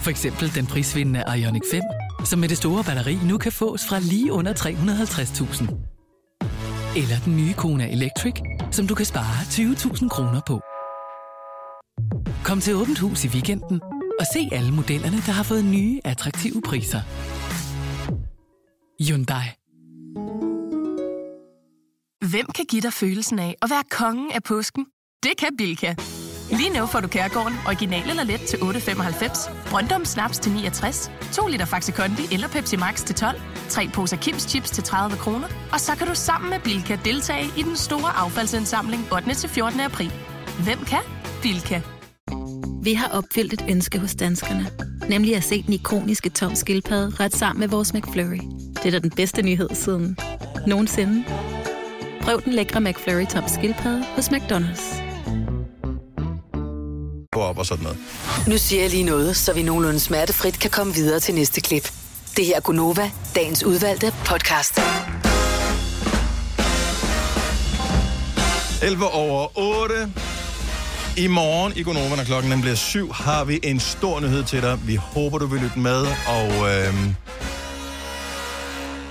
[SPEAKER 17] For eksempel den prisvindende Ioniq 5, som med det store batteri nu kan fås fra lige under 350.000. Eller den nye Kona Electric, som du kan spare 20.000 kroner på. Kom til Åbent Hus i weekenden og se alle modellerne, der har fået nye, attraktive priser. Hyundai.
[SPEAKER 18] Hvem kan give dig følelsen af at være kongen af påsken? Det kan Bilka! Lige nu får du Kærgården original eller let til 8.95, Brøndum Snaps til 69, 2 liter Faxi Kondi eller Pepsi Max til 12, 3 poser Kims Chips til 30 kroner, og så kan du sammen med Bilka deltage i den store affaldsindsamling 8. til 14. april. Hvem kan? Bilka.
[SPEAKER 19] Vi har opfyldt et ønske hos danskerne. Nemlig at se den ikoniske tom skildpadde ret sammen med vores McFlurry. Det er da den bedste nyhed siden nogensinde. Prøv den lækre McFlurry tom skildpadde hos McDonald's.
[SPEAKER 1] Gå op og sådan noget.
[SPEAKER 6] Nu siger jeg lige noget, så vi nogenlunde smertefrit kan komme videre til næste klip. Det her er Gunova, dagens udvalgte podcast.
[SPEAKER 1] 11 over 8. I morgen i Gonova, når klokken den bliver 7, har vi en stor nyhed til dig. Vi håber, du vil lytte med, og øhm,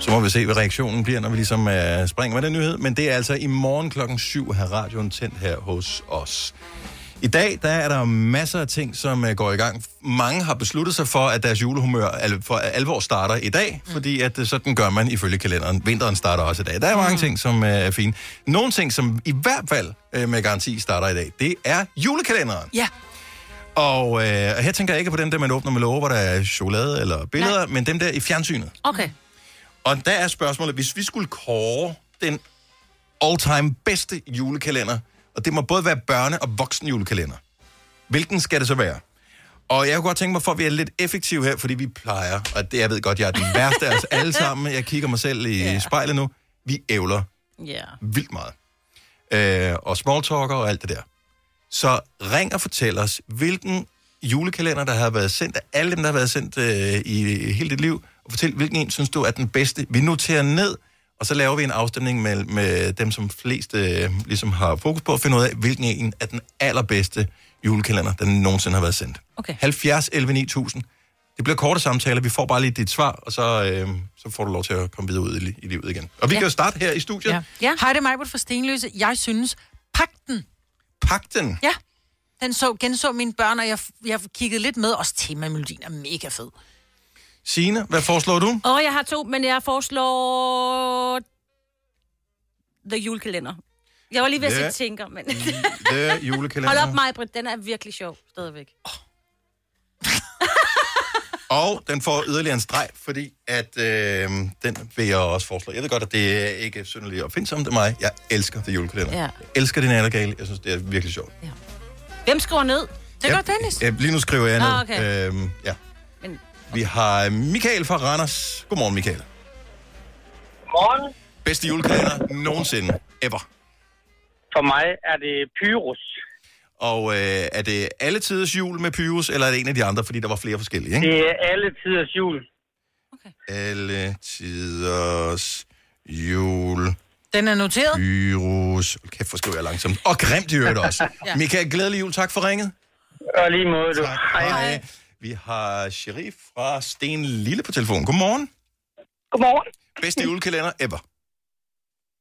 [SPEAKER 1] så må vi se, hvad reaktionen bliver, når vi ligesom øh, springer med den nyhed. Men det er altså i morgen klokken 7 her radioen tændt her hos os. I dag, der er der masser af ting, som øh, går i gang. Mange har besluttet sig for, at deres julehumør al- for alvor starter i dag, mm. fordi at øh, sådan gør man ifølge kalenderen. Vinteren starter også i dag. Der er mange ting, som øh, er fine. Nogle ting, som i hvert fald øh, med garanti starter i dag, det er julekalenderen.
[SPEAKER 4] Ja.
[SPEAKER 1] Og øh, her tænker jeg ikke på dem, der man åbner med låger, hvor der er chokolade eller billeder, Nej. men dem der i fjernsynet.
[SPEAKER 3] Okay.
[SPEAKER 1] Og der er spørgsmålet, hvis vi skulle kåre den all-time bedste julekalender, og det må både være børne- og voksen julekalender, hvilken skal det så være? Og jeg kunne godt tænke mig, for at vi er lidt effektive her, fordi vi plejer, og det jeg ved godt, jeg er den værste af os alle sammen, jeg kigger mig selv i yeah. spejlet nu, vi ævler
[SPEAKER 3] Ja.
[SPEAKER 1] vildt meget. Øh, og smalltalker og alt det der. Så ring og fortæl os, hvilken julekalender, der har været sendt, af alle dem, der har været sendt øh, i hele dit liv, og fortæl, hvilken en synes du er den bedste. Vi noterer ned, og så laver vi en afstemning med, med dem, som flest øh, ligesom har fokus på at finde ud af, hvilken en er den allerbedste julekalender, der nogensinde har været sendt.
[SPEAKER 3] Okay.
[SPEAKER 1] 70 11 9000. Det bliver korte samtaler, vi får bare lige dit svar, og så, øh, så får du lov til at komme videre ud i, li- i livet igen. Og vi ja.
[SPEAKER 4] Ja.
[SPEAKER 1] kan jo starte her i studiet. Ja.
[SPEAKER 4] Ja. Hej, det er Majbert fra Stenløse. Jeg synes, pakten,
[SPEAKER 1] Pakten.
[SPEAKER 4] ja, den så, genså mine børn, og jeg, jeg kiggede lidt med. Også temamelodien er mega fed.
[SPEAKER 1] Signe, hvad foreslår du?
[SPEAKER 3] Og jeg har to, men jeg foreslår... The julekalender. Jeg var lige ved at
[SPEAKER 1] Ja.
[SPEAKER 3] sige tænker, men...
[SPEAKER 1] Det er julekalender.
[SPEAKER 3] Hold op, Majbrit, den er virkelig sjov stadigvæk.
[SPEAKER 1] Og den får yderligere en streg, fordi at øh, den vil jeg også foreslå. Jeg ved godt, at det er ikke synderligt opfindsomt af mig. Jeg elsker det julekalender.
[SPEAKER 3] Ja.
[SPEAKER 1] Jeg elsker det nattergale. Jeg synes, det er virkelig sjovt.
[SPEAKER 3] Hvem skriver ned? Det
[SPEAKER 1] Ja, ja, lige nu skriver jeg
[SPEAKER 3] Nå,
[SPEAKER 1] ned.
[SPEAKER 3] Ah, okay.
[SPEAKER 1] Øhm, ja.
[SPEAKER 3] Men
[SPEAKER 1] Vi har Michael fra Randers. Godmorgen, Michael.
[SPEAKER 2] Morgen.
[SPEAKER 1] Bedste julekalender nogensinde. Ever.
[SPEAKER 2] For mig er det Pyrus.
[SPEAKER 1] Og øh, er det alle tiders jul med Pyrus, eller er det en af de andre, fordi der var flere forskellige, ikke?
[SPEAKER 2] Det er alle tiders jul.
[SPEAKER 1] Alle tiders jul.
[SPEAKER 4] Den er noteret.
[SPEAKER 1] Pyrus. Hold Kæft, hvor skriver jeg langsomt. Og grimt i øvrigt også.
[SPEAKER 4] Ja.
[SPEAKER 1] ja. Michael, glædelig jul. Tak for ringet.
[SPEAKER 2] Og lige måde,
[SPEAKER 1] du. Tak, hej. hej. Vi har Sherif fra Sten Lille på telefon. Godmorgen.
[SPEAKER 20] Godmorgen.
[SPEAKER 1] Bedste julekalender ever.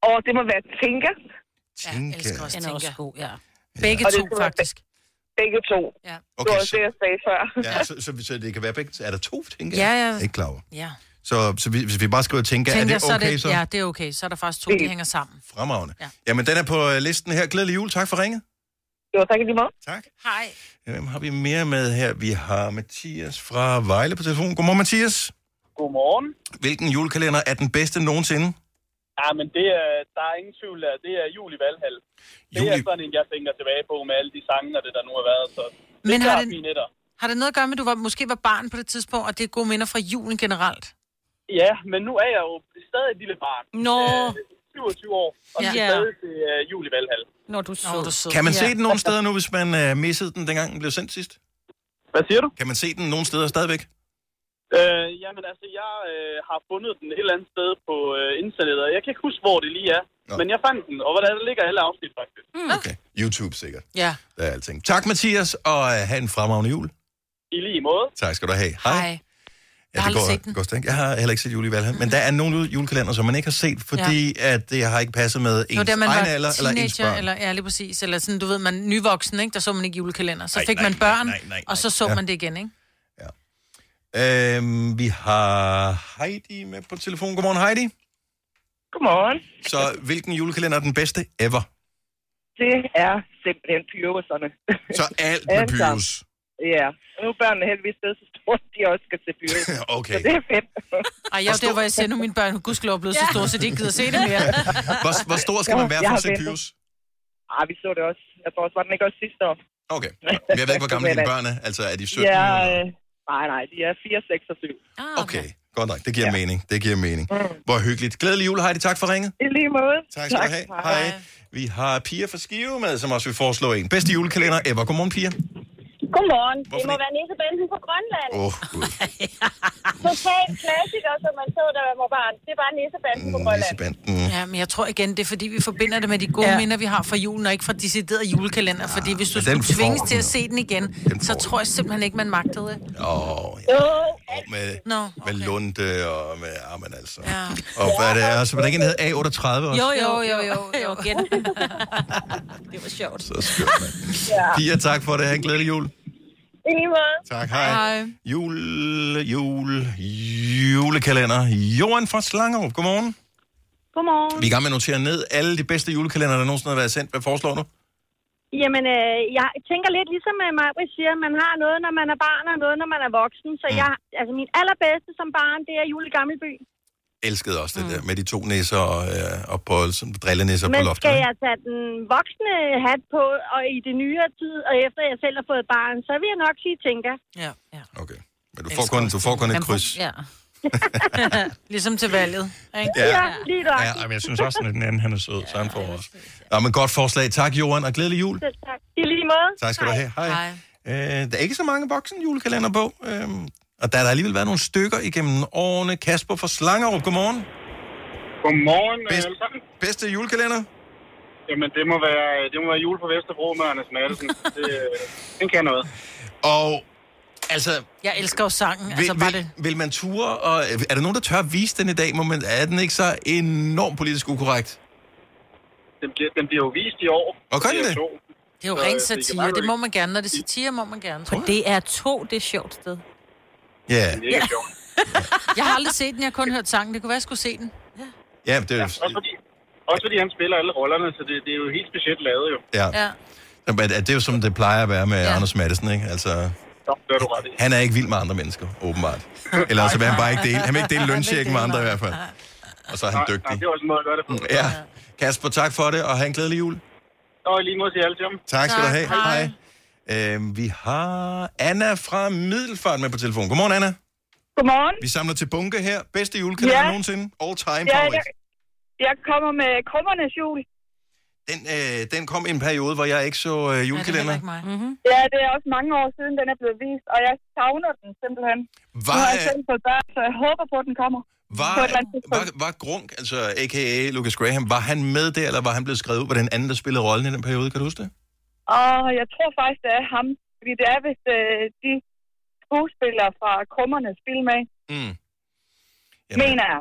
[SPEAKER 20] Og det må være Tinka.
[SPEAKER 1] Tinka.
[SPEAKER 20] elsker også
[SPEAKER 3] Den er også god, ja.
[SPEAKER 20] Begge
[SPEAKER 3] to,
[SPEAKER 20] faktisk. Begge to. Okay,
[SPEAKER 4] Ja.
[SPEAKER 20] det var
[SPEAKER 1] Okay,
[SPEAKER 20] også det, jeg sagde før.
[SPEAKER 1] Ja, så, så, så det kan være begge. Er der to, tænker
[SPEAKER 4] Ja,
[SPEAKER 1] jeg?
[SPEAKER 4] ja.
[SPEAKER 1] Jeg er Ikke klar over.
[SPEAKER 4] Ja.
[SPEAKER 1] Så, så vi, hvis vi bare skriver tænker,
[SPEAKER 4] Tænker,
[SPEAKER 1] er det okay, så?
[SPEAKER 4] det, Ja, det er okay. Så er der faktisk to, der hænger sammen.
[SPEAKER 1] Fremragende. Ja. Jamen, den er på øh, listen her. Glædelig jul. Tak for ringet.
[SPEAKER 20] Jo, tak i lige måde.
[SPEAKER 1] Tak.
[SPEAKER 4] Hej.
[SPEAKER 1] Hvem har vi mere med her? Vi har Mathias fra Vejle på telefon. Godmorgen, Mathias.
[SPEAKER 21] Godmorgen.
[SPEAKER 1] Hvilken julekalender er den bedste nogensinde?
[SPEAKER 21] Ja, men det er, der er ingen tvivl af, det er jul i Valhall. Det er
[SPEAKER 1] Jul i-
[SPEAKER 21] sådan en, jeg tænker tilbage på med alle de sange og det, der nu har været. Så det
[SPEAKER 4] Men
[SPEAKER 21] er
[SPEAKER 4] har
[SPEAKER 21] klart
[SPEAKER 4] den-
[SPEAKER 21] mine etter.
[SPEAKER 4] Har det noget at gøre med, at du var, måske var barn på det tidspunkt, og det er gode minder fra julen generelt?
[SPEAKER 21] Ja, men nu er jeg jo stadig et lille barn.
[SPEAKER 4] Nå.
[SPEAKER 21] Øh, 27 år, og
[SPEAKER 4] Ja.
[SPEAKER 21] ja. det er stadig til øh, jul i Valhall.
[SPEAKER 3] Når du så.
[SPEAKER 1] Kan man se den nogle steder nu, hvis man øh, missede den, dengang den blev sendt sidst?
[SPEAKER 21] Hvad siger du?
[SPEAKER 1] Kan man se den nogle steder stadigvæk?
[SPEAKER 21] Øh, jamen altså, jeg øh, har fundet den et eller andet sted på øh, internettet, og jeg kan ikke huske, hvor det lige er. Nå. Men jeg fandt den, og hvordan der ligger alle afsnit faktisk.
[SPEAKER 4] Mm.
[SPEAKER 1] Okay. YouTube sikkert.
[SPEAKER 4] Ja.
[SPEAKER 1] Der er alting. Tak, Mathias, og øh, have en fremragende jul.
[SPEAKER 21] I lige måde.
[SPEAKER 1] Tak skal du have. Hej.
[SPEAKER 4] Hej.
[SPEAKER 1] Ja, det går, går stærkt. Jeg har heller ikke set jul i Valhall, men der er nogle jule- julekalender, som man ikke har set, fordi ja. at det har ikke passet med
[SPEAKER 4] Det var
[SPEAKER 1] ens
[SPEAKER 4] der, man
[SPEAKER 1] egen
[SPEAKER 4] var
[SPEAKER 1] alder eller ens
[SPEAKER 4] teenager,
[SPEAKER 1] børn.
[SPEAKER 4] eller, ja, lige præcis. Eller sådan, du ved, man nyvoksen, ikke? Der så man ikke julekalender. Så
[SPEAKER 1] Nej,
[SPEAKER 4] fik
[SPEAKER 1] nej,
[SPEAKER 4] man børn,
[SPEAKER 1] nej, nej, nej,
[SPEAKER 4] og så så
[SPEAKER 1] ja.
[SPEAKER 4] man det igen, ikke?
[SPEAKER 1] Øhm, vi har Heidi med på telefon. Godmorgen, Heidi.
[SPEAKER 20] Godmorgen.
[SPEAKER 1] Så hvilken julekalender er den bedste ever?
[SPEAKER 20] Det er simpelthen pyruserne.
[SPEAKER 1] Så alt med
[SPEAKER 20] Alt sammen.
[SPEAKER 1] Pyrus.
[SPEAKER 20] Ja, og nu er børnene heldigvis blevet så store, at de også skal se pyrus.
[SPEAKER 1] Okay.
[SPEAKER 20] Så det er fedt.
[SPEAKER 4] Ej, jeg er jo der, hvor jeg siger nu, mine børn, gudskelov, er blevet så store, så de ikke gider se det mere.
[SPEAKER 1] Hvor, hvor stor skal man være
[SPEAKER 20] Jeg
[SPEAKER 1] for
[SPEAKER 20] har
[SPEAKER 1] at se
[SPEAKER 20] ventet.
[SPEAKER 1] Pyrus?
[SPEAKER 20] Ah, vi så det også. Jeg tror også, var den ikke også sidste år. øh,
[SPEAKER 1] Okay. Men Jeg ved ikke, hvor gamle dine børn er. Altså, er de
[SPEAKER 20] Ja,
[SPEAKER 1] 17? eller-
[SPEAKER 20] øh, nej, nej, de er 4, 6 og 7.
[SPEAKER 1] Okay, godt nok. Det giver mening. Det giver mening.
[SPEAKER 20] Mm.
[SPEAKER 1] Hvor hyggeligt. Glædelig jul, Heidi. Tak for ringet.
[SPEAKER 20] I lige måde.
[SPEAKER 1] Tak skal du have. Hej. Vi har Pia fra Skive med, som også vil foreslå en. Bedste julekalender ever. Godmorgen, Pia.
[SPEAKER 22] Godmorgen. Hvorfor det må være Nissebanden på Grønland.
[SPEAKER 1] Åh, oh,
[SPEAKER 22] Total klassiker, som man så, da man var barn. Det er bare Nissebanden
[SPEAKER 1] Mm.
[SPEAKER 22] på Grønland.
[SPEAKER 4] Ja, men jeg tror igen, det er fordi, vi forbinder det med de gode ja. minder, vi har fra julen, og ikke fra decideret julekalender. Ja, fordi hvis du
[SPEAKER 1] men
[SPEAKER 4] skulle
[SPEAKER 1] den får
[SPEAKER 4] tvinges
[SPEAKER 1] du
[SPEAKER 4] til
[SPEAKER 1] jo.
[SPEAKER 4] at se den igen, så tror jeg simpelthen ikke, man magtede det.
[SPEAKER 1] Åh, ja. Og med,
[SPEAKER 4] Nå,
[SPEAKER 1] med Lunde og med... Ja, men altså.
[SPEAKER 4] Ja.
[SPEAKER 1] Og hvad det altså, er, så var der ikke en, der hed A38 også?
[SPEAKER 3] Jo, jo, jo, jo, jo, igen. det var sjovt.
[SPEAKER 1] Så skønt, mand. Pia, tak for det. Ha' en glædelig jul.
[SPEAKER 22] I lige måde.
[SPEAKER 1] Tak, hej. Jul, jul, julekalender. Johan fra Slangerup, godmorgen.
[SPEAKER 22] Godmorgen.
[SPEAKER 1] Vi er i gang med at notere ned alle de bedste julekalender, der nogensinde har været sendt. Hvad foreslår du?
[SPEAKER 22] Jamen, øh, jeg tænker lidt ligesom øh, Marbrit siger, man har noget, når man er barn, og noget, når man er voksen.
[SPEAKER 1] Mm.
[SPEAKER 22] Så jeg, altså, min allerbedste som barn, det er Jule i Gammelby.
[SPEAKER 1] Elskede også det der med de to næser og, øh, og på, sådan, drillenisser
[SPEAKER 22] Mm. Men
[SPEAKER 1] på loftet.
[SPEAKER 22] skal
[SPEAKER 1] ikke?
[SPEAKER 22] jeg tage den voksne hat på, og i det nyere tid, og efter jeg selv har fået barn, så vil jeg nok sige, tænker.
[SPEAKER 4] Ja.
[SPEAKER 1] Men du får kun, du får kun et kryds.
[SPEAKER 4] Ja. ligesom til valget. Ikke?
[SPEAKER 1] Ja. Ja,
[SPEAKER 22] lige
[SPEAKER 1] Ja, ej, men jeg synes også, at den anden han er sød, så han får også. Nå, men godt forslag. Tak, Johan, og glædelig jul.
[SPEAKER 22] Selv tak. I lige måde.
[SPEAKER 1] Tak skal du have. Hej.
[SPEAKER 22] Hej.
[SPEAKER 1] Øh, der er ikke så mange voksen julekalender på. Øh, og der har der alligevel været nogle stykker igennem årene. Kasper fra Slangerup, godmorgen.
[SPEAKER 23] Godmorgen,
[SPEAKER 1] Bedst, bedste julekalender?
[SPEAKER 23] Jamen, det må være, øh, det må være jul på Vesterbro med Anders Madsen. det, øh, den kan noget.
[SPEAKER 1] Og altså...
[SPEAKER 4] Jeg elsker jo sangen. Altså,
[SPEAKER 1] Vil, vil, vil man ture, og er der nogen, der tør at vise den i dag? Må man, er den ikke så enormt politisk ukorrekt?
[SPEAKER 23] Den bliver, den bliver jo vist i år.
[SPEAKER 1] Og gør den
[SPEAKER 23] Det er
[SPEAKER 1] det?
[SPEAKER 23] to.
[SPEAKER 4] Det er jo
[SPEAKER 23] Så,
[SPEAKER 4] ren
[SPEAKER 23] øh, det kan
[SPEAKER 4] satire,
[SPEAKER 23] bare
[SPEAKER 4] det
[SPEAKER 23] være-
[SPEAKER 4] må man gerne. Når det er satire, må man gerne.
[SPEAKER 3] På DR2, det er et sjovt sted.
[SPEAKER 1] Ja,
[SPEAKER 23] Det er ikke sjovt.
[SPEAKER 4] Jeg har aldrig set den, jeg har kun hørt sangen. Det kunne være, jeg skulle se den.
[SPEAKER 1] ja det er jo...
[SPEAKER 23] Også fordi, også fordi han spiller alle rollerne, så det, det er jo helt specielt lavet jo.
[SPEAKER 1] Ja. ja. Men det er jo som det plejer at være med ja. Anders Madsen, ikke? Altså, han er ikke vild med andre mennesker, åbenbart. Eller altså, vil han bare ikke dele, han vil ikke dele lønchecken med andre i hvert fald. Og så er han
[SPEAKER 23] Nej,
[SPEAKER 1] dygtig.
[SPEAKER 23] Nej, det er også en måde at gøre det på.
[SPEAKER 1] Ja. Kasper, tak for det, og have en glædelig jul.
[SPEAKER 23] Og i lige måde til jer alle sammen.
[SPEAKER 1] Tak skal du have. Hej. Øh, vi har Anna fra Middelfart med på telefon. Godmorgen, Anna.
[SPEAKER 20] Godmorgen.
[SPEAKER 1] Vi samler til bunke her. Bedste julekalender
[SPEAKER 20] Ja.
[SPEAKER 1] nogensinde. All time
[SPEAKER 20] Ja,
[SPEAKER 1] favorit.
[SPEAKER 20] jeg, jeg kommer med krummernes jul.
[SPEAKER 1] Den, øh, den kom i en periode, hvor jeg ikke så øh, julekalender.
[SPEAKER 20] Mm-hmm. Ja, det er også mange år siden, den er blevet vist, og jeg savner den simpelthen.
[SPEAKER 1] Var-
[SPEAKER 20] Nu har jeg selv fået børn, så jeg håber på, at den kommer.
[SPEAKER 1] Var,
[SPEAKER 20] på et eller andet tidspunkt.
[SPEAKER 1] var, var Grunk, altså a.k.a. Lucas Graham, var han med der, eller var han blevet skrevet ud på den anden, der spillede rollen i den periode? Kan du huske det?
[SPEAKER 20] Og jeg tror faktisk, det er ham, fordi det er vist øh, de skuespillere fra krummernes film af,
[SPEAKER 1] Mm.
[SPEAKER 20] mener jeg.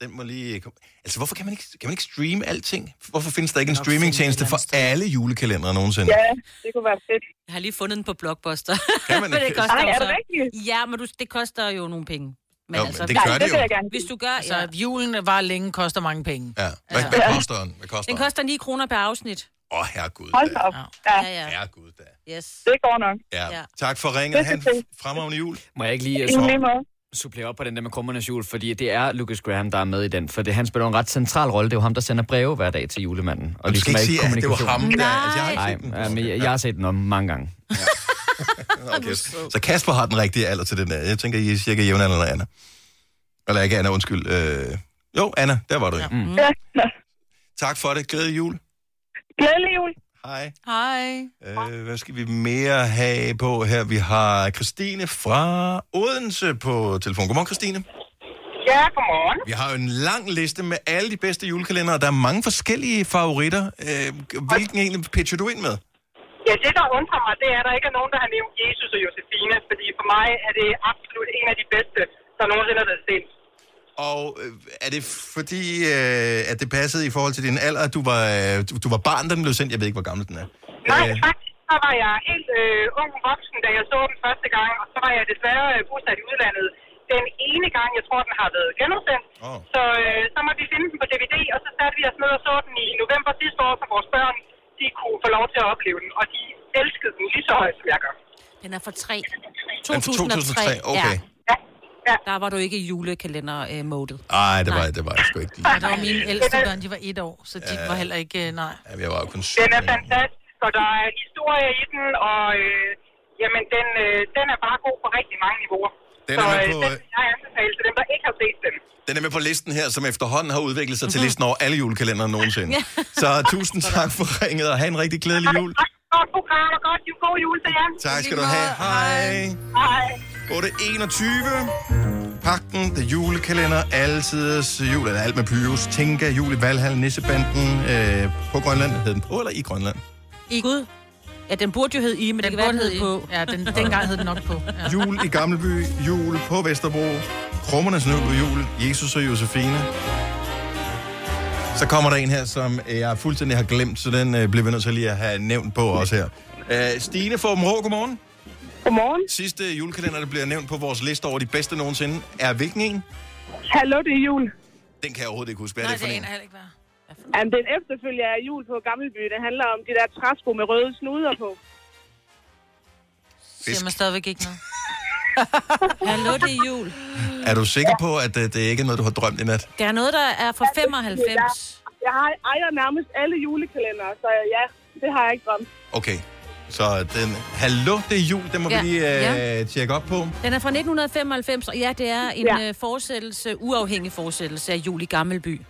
[SPEAKER 1] Den må lige... komme- Altså, hvorfor kan man ikke, kan man ikke streame alting? Hvorfor findes der ikke en streamingtjeneste for alle julekalendere nogensinde?
[SPEAKER 20] Ja, det kunne være fedt.
[SPEAKER 3] Jeg har lige fundet den på Blockbuster.
[SPEAKER 1] Kan
[SPEAKER 20] man
[SPEAKER 3] men det
[SPEAKER 20] ikke?
[SPEAKER 3] koster
[SPEAKER 20] Ej,
[SPEAKER 3] jo
[SPEAKER 20] er
[SPEAKER 3] så-
[SPEAKER 20] det
[SPEAKER 3] Ja, men du, det koster jo nogle penge. altså-
[SPEAKER 1] Jo, men det gør det jo.
[SPEAKER 3] Hvis du gør,
[SPEAKER 4] Altså,
[SPEAKER 3] ja.
[SPEAKER 4] julen var længe, koster mange penge.
[SPEAKER 1] Ja. Hvad,
[SPEAKER 4] Ja.
[SPEAKER 1] hvad koster den? Hvad koster
[SPEAKER 3] Den
[SPEAKER 1] den?
[SPEAKER 3] koster 9 kroner per afsnit.
[SPEAKER 1] Åh, oh, herregud.
[SPEAKER 3] Hold
[SPEAKER 1] da.
[SPEAKER 3] op. Ja, ja.
[SPEAKER 1] Herregud da.
[SPEAKER 3] Yes.
[SPEAKER 20] Det går nok.
[SPEAKER 1] Ja. Tak for ringet. Han fremragende jul.
[SPEAKER 13] Må jeg ikke lige øh, supplere op på den der med krummernes jul, fordi det er Lucas Graham, der er med i den, for det, han spiller en ret central rolle. Det er jo ham, der sender breve hver dag til julemanden. Og
[SPEAKER 1] du
[SPEAKER 13] ligesom
[SPEAKER 1] skal
[SPEAKER 13] er i
[SPEAKER 1] ikke sige, at det var
[SPEAKER 13] kommunikation.
[SPEAKER 1] ham, der- altså, jeg har ikke
[SPEAKER 13] Nej,
[SPEAKER 1] set den.
[SPEAKER 13] ja, men jeg, jeg har set den om mange gange.
[SPEAKER 1] Okay. Så Kasper har den rigtige alder til den der. Jeg tænker, I er cirka jævnaldrende Anna. Eller ikke Anna, undskyld. Øh... Jo, Anna, der var du. Ja. Mm.
[SPEAKER 20] Ja.
[SPEAKER 1] Tak for det. Glædelig jul.
[SPEAKER 20] Glædelig jul.
[SPEAKER 1] Hej.
[SPEAKER 4] Hej.
[SPEAKER 1] Øh, hvad skal vi mere have på her? Vi har Christine fra Odense på telefon. Godmorgen, Christine.
[SPEAKER 20] Ja, godmorgen.
[SPEAKER 1] Vi har jo en lang liste med alle de bedste julekalendere. Der er mange forskellige favoritter. Øh, hvilken egentlig pitcher du ind med?
[SPEAKER 7] Ja, det der undrer mig, det er, at der ikke er nogen, der har nævnt Jesus og Josefine, fordi for mig er det absolut en af de bedste, der nogensinde har været set.
[SPEAKER 1] Og øh, er det fordi, øh, at det passede i forhold til din alder, at du var, øh, du, du var barn, da den blev sendt? Jeg ved ikke, hvor gammel den er.
[SPEAKER 7] Nej,
[SPEAKER 1] Øh,
[SPEAKER 7] faktisk så var jeg helt øh, ung voksen, da jeg så den første gang, og så var jeg desværre øh, bosat i udlandet den ene gang, jeg tror, den har været genudsendt.
[SPEAKER 1] Oh.
[SPEAKER 7] Så, øh, så måtte vi finde den på DVD, og så satte vi os ned og så den i november sidste år, så vores børn de kunne få lov til at opleve den, og de elskede den lige så højt, som jeg gør.
[SPEAKER 3] Den er for 3. Altså,
[SPEAKER 1] Den er fra 2003, okay.
[SPEAKER 3] Ja. Der var du ikke i øh, julekalender-modet.
[SPEAKER 1] Ej, det var, det var jeg sgu ikke lige.
[SPEAKER 4] Og der var mine ældste børn, de var et år, så de
[SPEAKER 1] Ja.
[SPEAKER 4] var heller ikke, øh, nej.
[SPEAKER 1] Jamen, Jeg var jo kun syv.
[SPEAKER 7] Den er fantastisk, og der er historie i den, og øh, jamen, den, øh, den er bare god på rigtig mange niveauer.
[SPEAKER 1] Den
[SPEAKER 7] så
[SPEAKER 1] er med
[SPEAKER 7] øh,
[SPEAKER 1] på,
[SPEAKER 7] den
[SPEAKER 1] øh,
[SPEAKER 7] vil jeg anbefale til dem, der ikke har set den.
[SPEAKER 1] Den er med på listen her, som efterhånden har udviklet sig
[SPEAKER 7] Mhm.
[SPEAKER 1] til listen over alle julekalender nogensinde. Så tusind tak for ringet, og have en rigtig glædelig jul.
[SPEAKER 7] Godt program, og godt, god jul til jer.
[SPEAKER 1] Tak skal du have. Hej.
[SPEAKER 7] Hej.
[SPEAKER 1] 8.21. Pakten, The Julekalender, Altiders Jul, eller alt med Pyrus, Tinka, Jul i Valhall, Nissebanden øh, på Grønland. Hed den på, eller i Grønland?
[SPEAKER 3] I Gud. Ja, den burde jo hedde I, men den det kan være, den
[SPEAKER 4] burde
[SPEAKER 3] hed på.
[SPEAKER 4] Ja, den, dengang hed den nok på. Ja.
[SPEAKER 1] Jul i Gammelby, jul på Vesterbro, Krummernes Nød og jul, Jesus og Josefine. Så kommer der en her, som øh, jeg fuldstændig har glemt, så den øh, bliver vi nødt til lige at have nævnt på også her. Øh, Stine fra Åbenrå, godmorgen.
[SPEAKER 20] Godmorgen.
[SPEAKER 1] Sidste julekalender, der bliver nævnt på vores liste over de bedste nogensinde, er hvilken en?
[SPEAKER 20] Hallo, det er jul.
[SPEAKER 1] Den kan jeg overhovedet ikke huske. Hvad er det for en?
[SPEAKER 4] heller ikke være.
[SPEAKER 20] Jamen, den efterfølger af jul på Gammelby. Det handler om de der træsko med røde snuder på.
[SPEAKER 4] Siger man stadigvæk ikke noget. Hallo, det er jul.
[SPEAKER 1] Er du sikker på, at øh, det ikke er noget, du har drømt i nat?
[SPEAKER 3] Det er noget, der er fra 95.
[SPEAKER 20] Jeg, jeg har- ejer nærmest alle julekalendere, så ja, det har jeg ikke drømt.
[SPEAKER 1] Okay. Så den, hallo, det er jul, den må
[SPEAKER 3] Ja.
[SPEAKER 1] vi lige øh, tjekke op på.
[SPEAKER 3] Den er fra 1995, og ja, det er en ja. forsættelse, uafhængig forsættelse af Jul i Gammelby.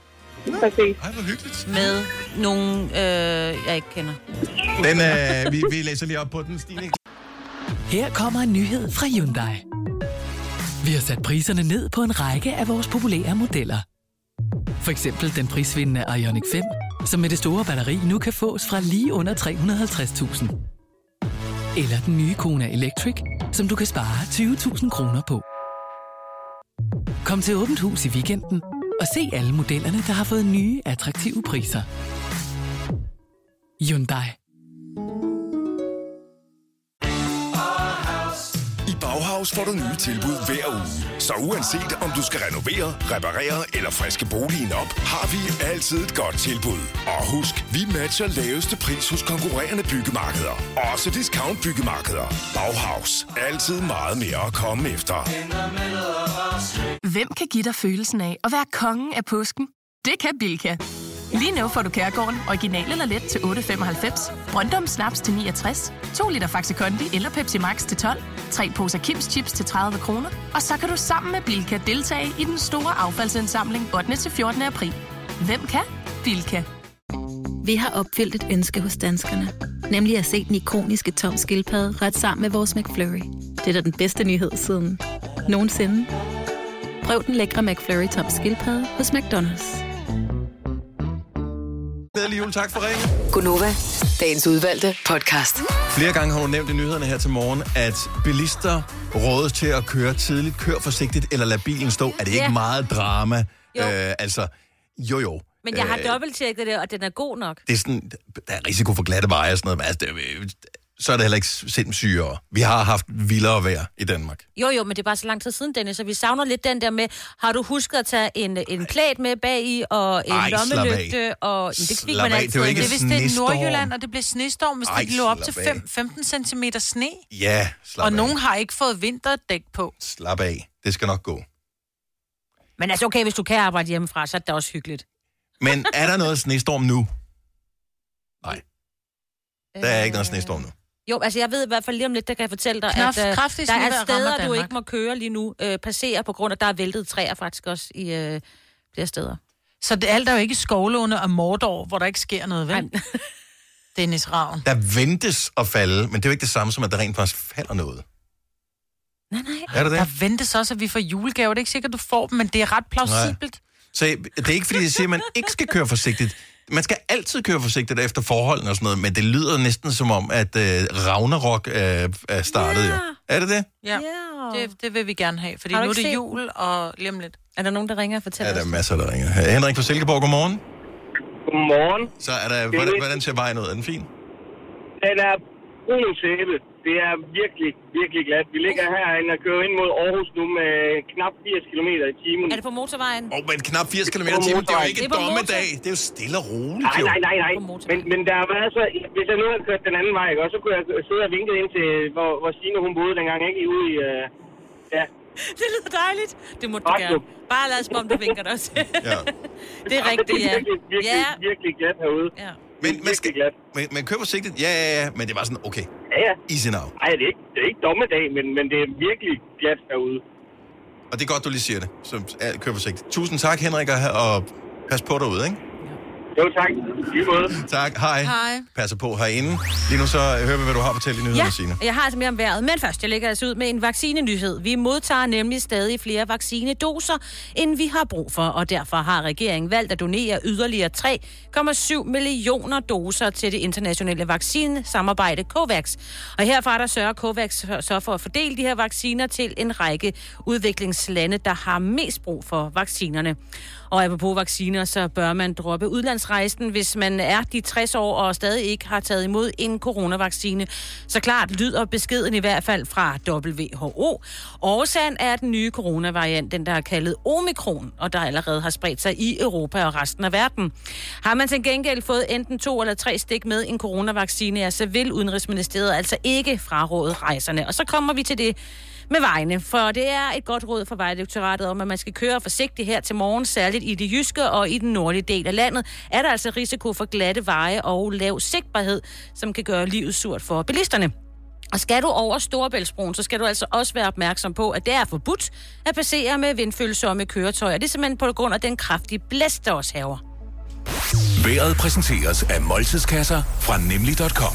[SPEAKER 20] Præcis.
[SPEAKER 1] Ej, hvor hyggeligt.
[SPEAKER 3] Med nogle, øh, jeg ikke kender.
[SPEAKER 1] Den, øh, vi, vi læser lige op på den, Stine.
[SPEAKER 17] Her kommer en nyhed fra Hyundai. Vi har sat priserne ned på en række af vores populære modeller. For eksempel den prisvindende Ioniq 5, som med det store batteri nu kan fås fra lige under 350.000. Eller den nye Kona Electric, som du kan spare 20.000 kroner på. Kom til Åbent Hus i weekenden og se alle modellerne, der har fået nye, attraktive priser. Hyundai.
[SPEAKER 12] I Bauhaus får du nye tilbud hver uge. Så uanset om du skal renovere, reparere eller friske boligen op, har vi altid et godt tilbud. Og husk, vi matcher laveste pris hos konkurrerende byggemarkeder. Også discount byggemarkeder. Bauhaus. Altid meget mere at komme efter.
[SPEAKER 18] Hvem kan give dig følelsen af at være kongen af påsken? Det kan Bilka. Lige nu får du Kærgården original eller let til 8.95, Brøndum Snaps til 69, 2 liter Faxi Kondi eller Pepsi Max til 12, 3 poser Kims Chips til 30 kroner, og så kan du sammen med Bilka deltage i den store affaldsindsamling 8. til 14. april. Hvem kan? Bilka.
[SPEAKER 19] Vi har opfyldt et ønske hos danskerne. Nemlig at se den ikoniske tom skildpadde ret sammen med vores McFlurry. Det er da den bedste nyhed siden nogensinde. Prøv den lækre McFlurry tom skildpadde hos McDonald's.
[SPEAKER 1] Glædelig jul, tak for ringen.
[SPEAKER 6] Gunova, dagens udvalgte podcast.
[SPEAKER 1] Flere gange har hun nævnt i nyhederne her til morgen, at bilister rådes til at køre tidligt, kør forsigtigt eller lad bilen stå. Er det ikke
[SPEAKER 3] Ja.
[SPEAKER 1] meget drama?
[SPEAKER 3] Jo.
[SPEAKER 1] Øh, altså, jo jo.
[SPEAKER 3] Men jeg har
[SPEAKER 1] Øh,
[SPEAKER 3] dobbelttjekket det, og den er god nok.
[SPEAKER 1] Det er sådan, der er risiko for glatte veje og sådan noget, men altså, det, øh, så er det heller ikke sindssygere. Vi har haft vildere vejr i Danmark.
[SPEAKER 3] Jo, jo, men det er bare så lang tid siden, Dennis, så vi savner lidt den der med, har du husket at tage en, en plæt med bag i og en
[SPEAKER 1] Ej, slap af.
[SPEAKER 3] lommelygte, og... Jamen, det fik
[SPEAKER 1] Slap
[SPEAKER 3] man
[SPEAKER 1] af,
[SPEAKER 3] altid.
[SPEAKER 1] det var ikke
[SPEAKER 4] det er, hvis det er
[SPEAKER 1] snestorm.
[SPEAKER 4] Nordjylland, og det bliver snestorm, hvis
[SPEAKER 1] Ej,
[SPEAKER 4] det lå op til
[SPEAKER 1] slap af.
[SPEAKER 4] 5, 15 cm sne.
[SPEAKER 1] Ja, slap
[SPEAKER 4] og
[SPEAKER 1] af.
[SPEAKER 4] nogen har ikke fået vinterdæk på.
[SPEAKER 1] Slap af. Det skal nok gå.
[SPEAKER 3] Men altså, okay, hvis du kan arbejde hjemmefra, så er det da også hyggeligt.
[SPEAKER 1] Men er der noget snestorm nu? Nej. Der er ikke noget snestorm nu.
[SPEAKER 3] Jo, altså jeg ved i hvert fald lige om lidt, der kan jeg fortælle dig,
[SPEAKER 4] Knap-
[SPEAKER 3] at øh,
[SPEAKER 4] kraftigt
[SPEAKER 3] der
[SPEAKER 4] snevejr rammer
[SPEAKER 3] er steder, du
[SPEAKER 4] Danmark.
[SPEAKER 3] ikke må køre lige nu, øh, passerer på grund af, der er væltet træer faktisk også i øh, flere steder.
[SPEAKER 4] Så det, alt er jo ikke skovlåne og mordår, hvor der ikke sker noget, vel? Dennis Ravn.
[SPEAKER 1] Der ventes at falde, men det er jo ikke det samme som, at der rent faktisk falder noget.
[SPEAKER 3] Nej, nej.
[SPEAKER 1] Er det det?
[SPEAKER 4] Der ventes også, at vi får julegaver. Det er ikke sikkert, du får dem, men det er ret plausibelt.
[SPEAKER 1] Så det er ikke, fordi jeg siger, at man ikke skal køre forsigtigt. Man skal altid køre forsigtigt efter forholdene og sådan noget, men det lyder næsten som om, at øh, Ragnarok øh, er startet. Yeah. Jo. Er det det?
[SPEAKER 4] Ja, det, det vil vi gerne have, fordi
[SPEAKER 3] Har
[SPEAKER 4] nu
[SPEAKER 3] du
[SPEAKER 4] er
[SPEAKER 3] ikke
[SPEAKER 4] det
[SPEAKER 3] set
[SPEAKER 4] jul og lige om lidt.
[SPEAKER 3] Er der nogen, der ringer og
[SPEAKER 1] Ja,
[SPEAKER 3] fortæller
[SPEAKER 1] der er
[SPEAKER 3] os?
[SPEAKER 1] masser, der ringer. Øh, Henrik fra Silkeborg, godmorgen.
[SPEAKER 2] Godmorgen.
[SPEAKER 1] Så er der, hvordan, hvordan ser vejen ud? Er den fin?
[SPEAKER 2] Den er brun sæbe. Det er virkelig, virkelig glat. Vi ligger herinde og kører ind mod Aarhus nu med knap 80 km i timen.
[SPEAKER 3] Er det på motorvejen?
[SPEAKER 1] Åh, oh, men knap 80 km i
[SPEAKER 2] På
[SPEAKER 1] timen, det er jo
[SPEAKER 2] motorvejen.
[SPEAKER 1] ikke
[SPEAKER 2] Det
[SPEAKER 1] en
[SPEAKER 2] er på
[SPEAKER 1] dommedag.
[SPEAKER 2] motorvejen.
[SPEAKER 1] Det er jo stille og roligt.
[SPEAKER 2] Nej,
[SPEAKER 1] jo.
[SPEAKER 2] nej, nej, nej. Men, men der var altså, hvis jeg nu havde kørt den anden vej, ikke, også, så kunne jeg sidde og vinke ind til, hvor, hvor Signe hun boede dengang, ikke? Ude i, øh, ja.
[SPEAKER 3] Det lyder dejligt. Det må du gerne. Bare lad os om, du vinker dig også.
[SPEAKER 1] Ja.
[SPEAKER 3] Det er rigtigt, ja.
[SPEAKER 2] virkelig, virkelig,
[SPEAKER 3] Ja.
[SPEAKER 2] virkelig glat herude.
[SPEAKER 3] Ja.
[SPEAKER 1] Men, man skal, men, men kør forsigtigt. Ja, ja, ja. Men det var sådan, okay.
[SPEAKER 2] Ja, ja.
[SPEAKER 1] Easy now.
[SPEAKER 2] Ej, det er ikke, det er ikke dommedag, men, men det er virkelig glat herude.
[SPEAKER 1] Og det er godt, du lige siger det. Så ja, kør forsigtigt. Tusind tak, Henrik, og, og pas på derude, ikke?
[SPEAKER 2] Jo, tak. Lige måde.
[SPEAKER 1] Tak. Hej.
[SPEAKER 3] Hej.
[SPEAKER 1] Passer på herinde. Lige nu så hører vi, hvad du har fortalt i nyhederne,
[SPEAKER 3] Ja,
[SPEAKER 1] Signe.
[SPEAKER 3] og jeg har altså mere om vejret. Men først, jeg lægger altså ud med en vaccinenyhed. Vi modtager nemlig stadig flere vaccinedoser, end vi har brug for, og derfor har regeringen valgt at donere yderligere 3,7 millioner doser til det internationale vaccinesamarbejde COVAX. Og herfra der sørger COVAX så for at fordele de her vacciner til en række udviklingslande, der har mest brug for vaccinerne. Og apropos vacciner, så bør man droppe udlandsrejsen, hvis man er de 60 år og stadig ikke har taget imod en coronavaccine. Så klart lyder beskeden i hvert fald fra WHO. Årsagen er den nye coronavariant, den der er kaldet omikron, og der allerede har spredt sig i Europa og resten af verden. Har man til gengæld fået enten to eller tre stik med en coronavaccine, ja, så vil Udenrigsministeriet altså ikke fraråde rejserne. Og så kommer vi til det, med vejene, for det er et godt råd fra Vejdirektoratet om, at man skal køre forsigtigt her til morgen, særligt i det jyske og i den nordlige del af landet, er der altså risiko for glatte veje og lav sigtbarhed, som kan gøre livet surt for bilisterne. Og skal du over Storebæltsbroen, så skal du altså også være opmærksom på, at det er forbudt at passere med vindfølsomme køretøjer. Det er simpelthen på grund af den kraftige blæst, der også haver.
[SPEAKER 12] Været præsenteres af måltidskasser fra nemlig.com.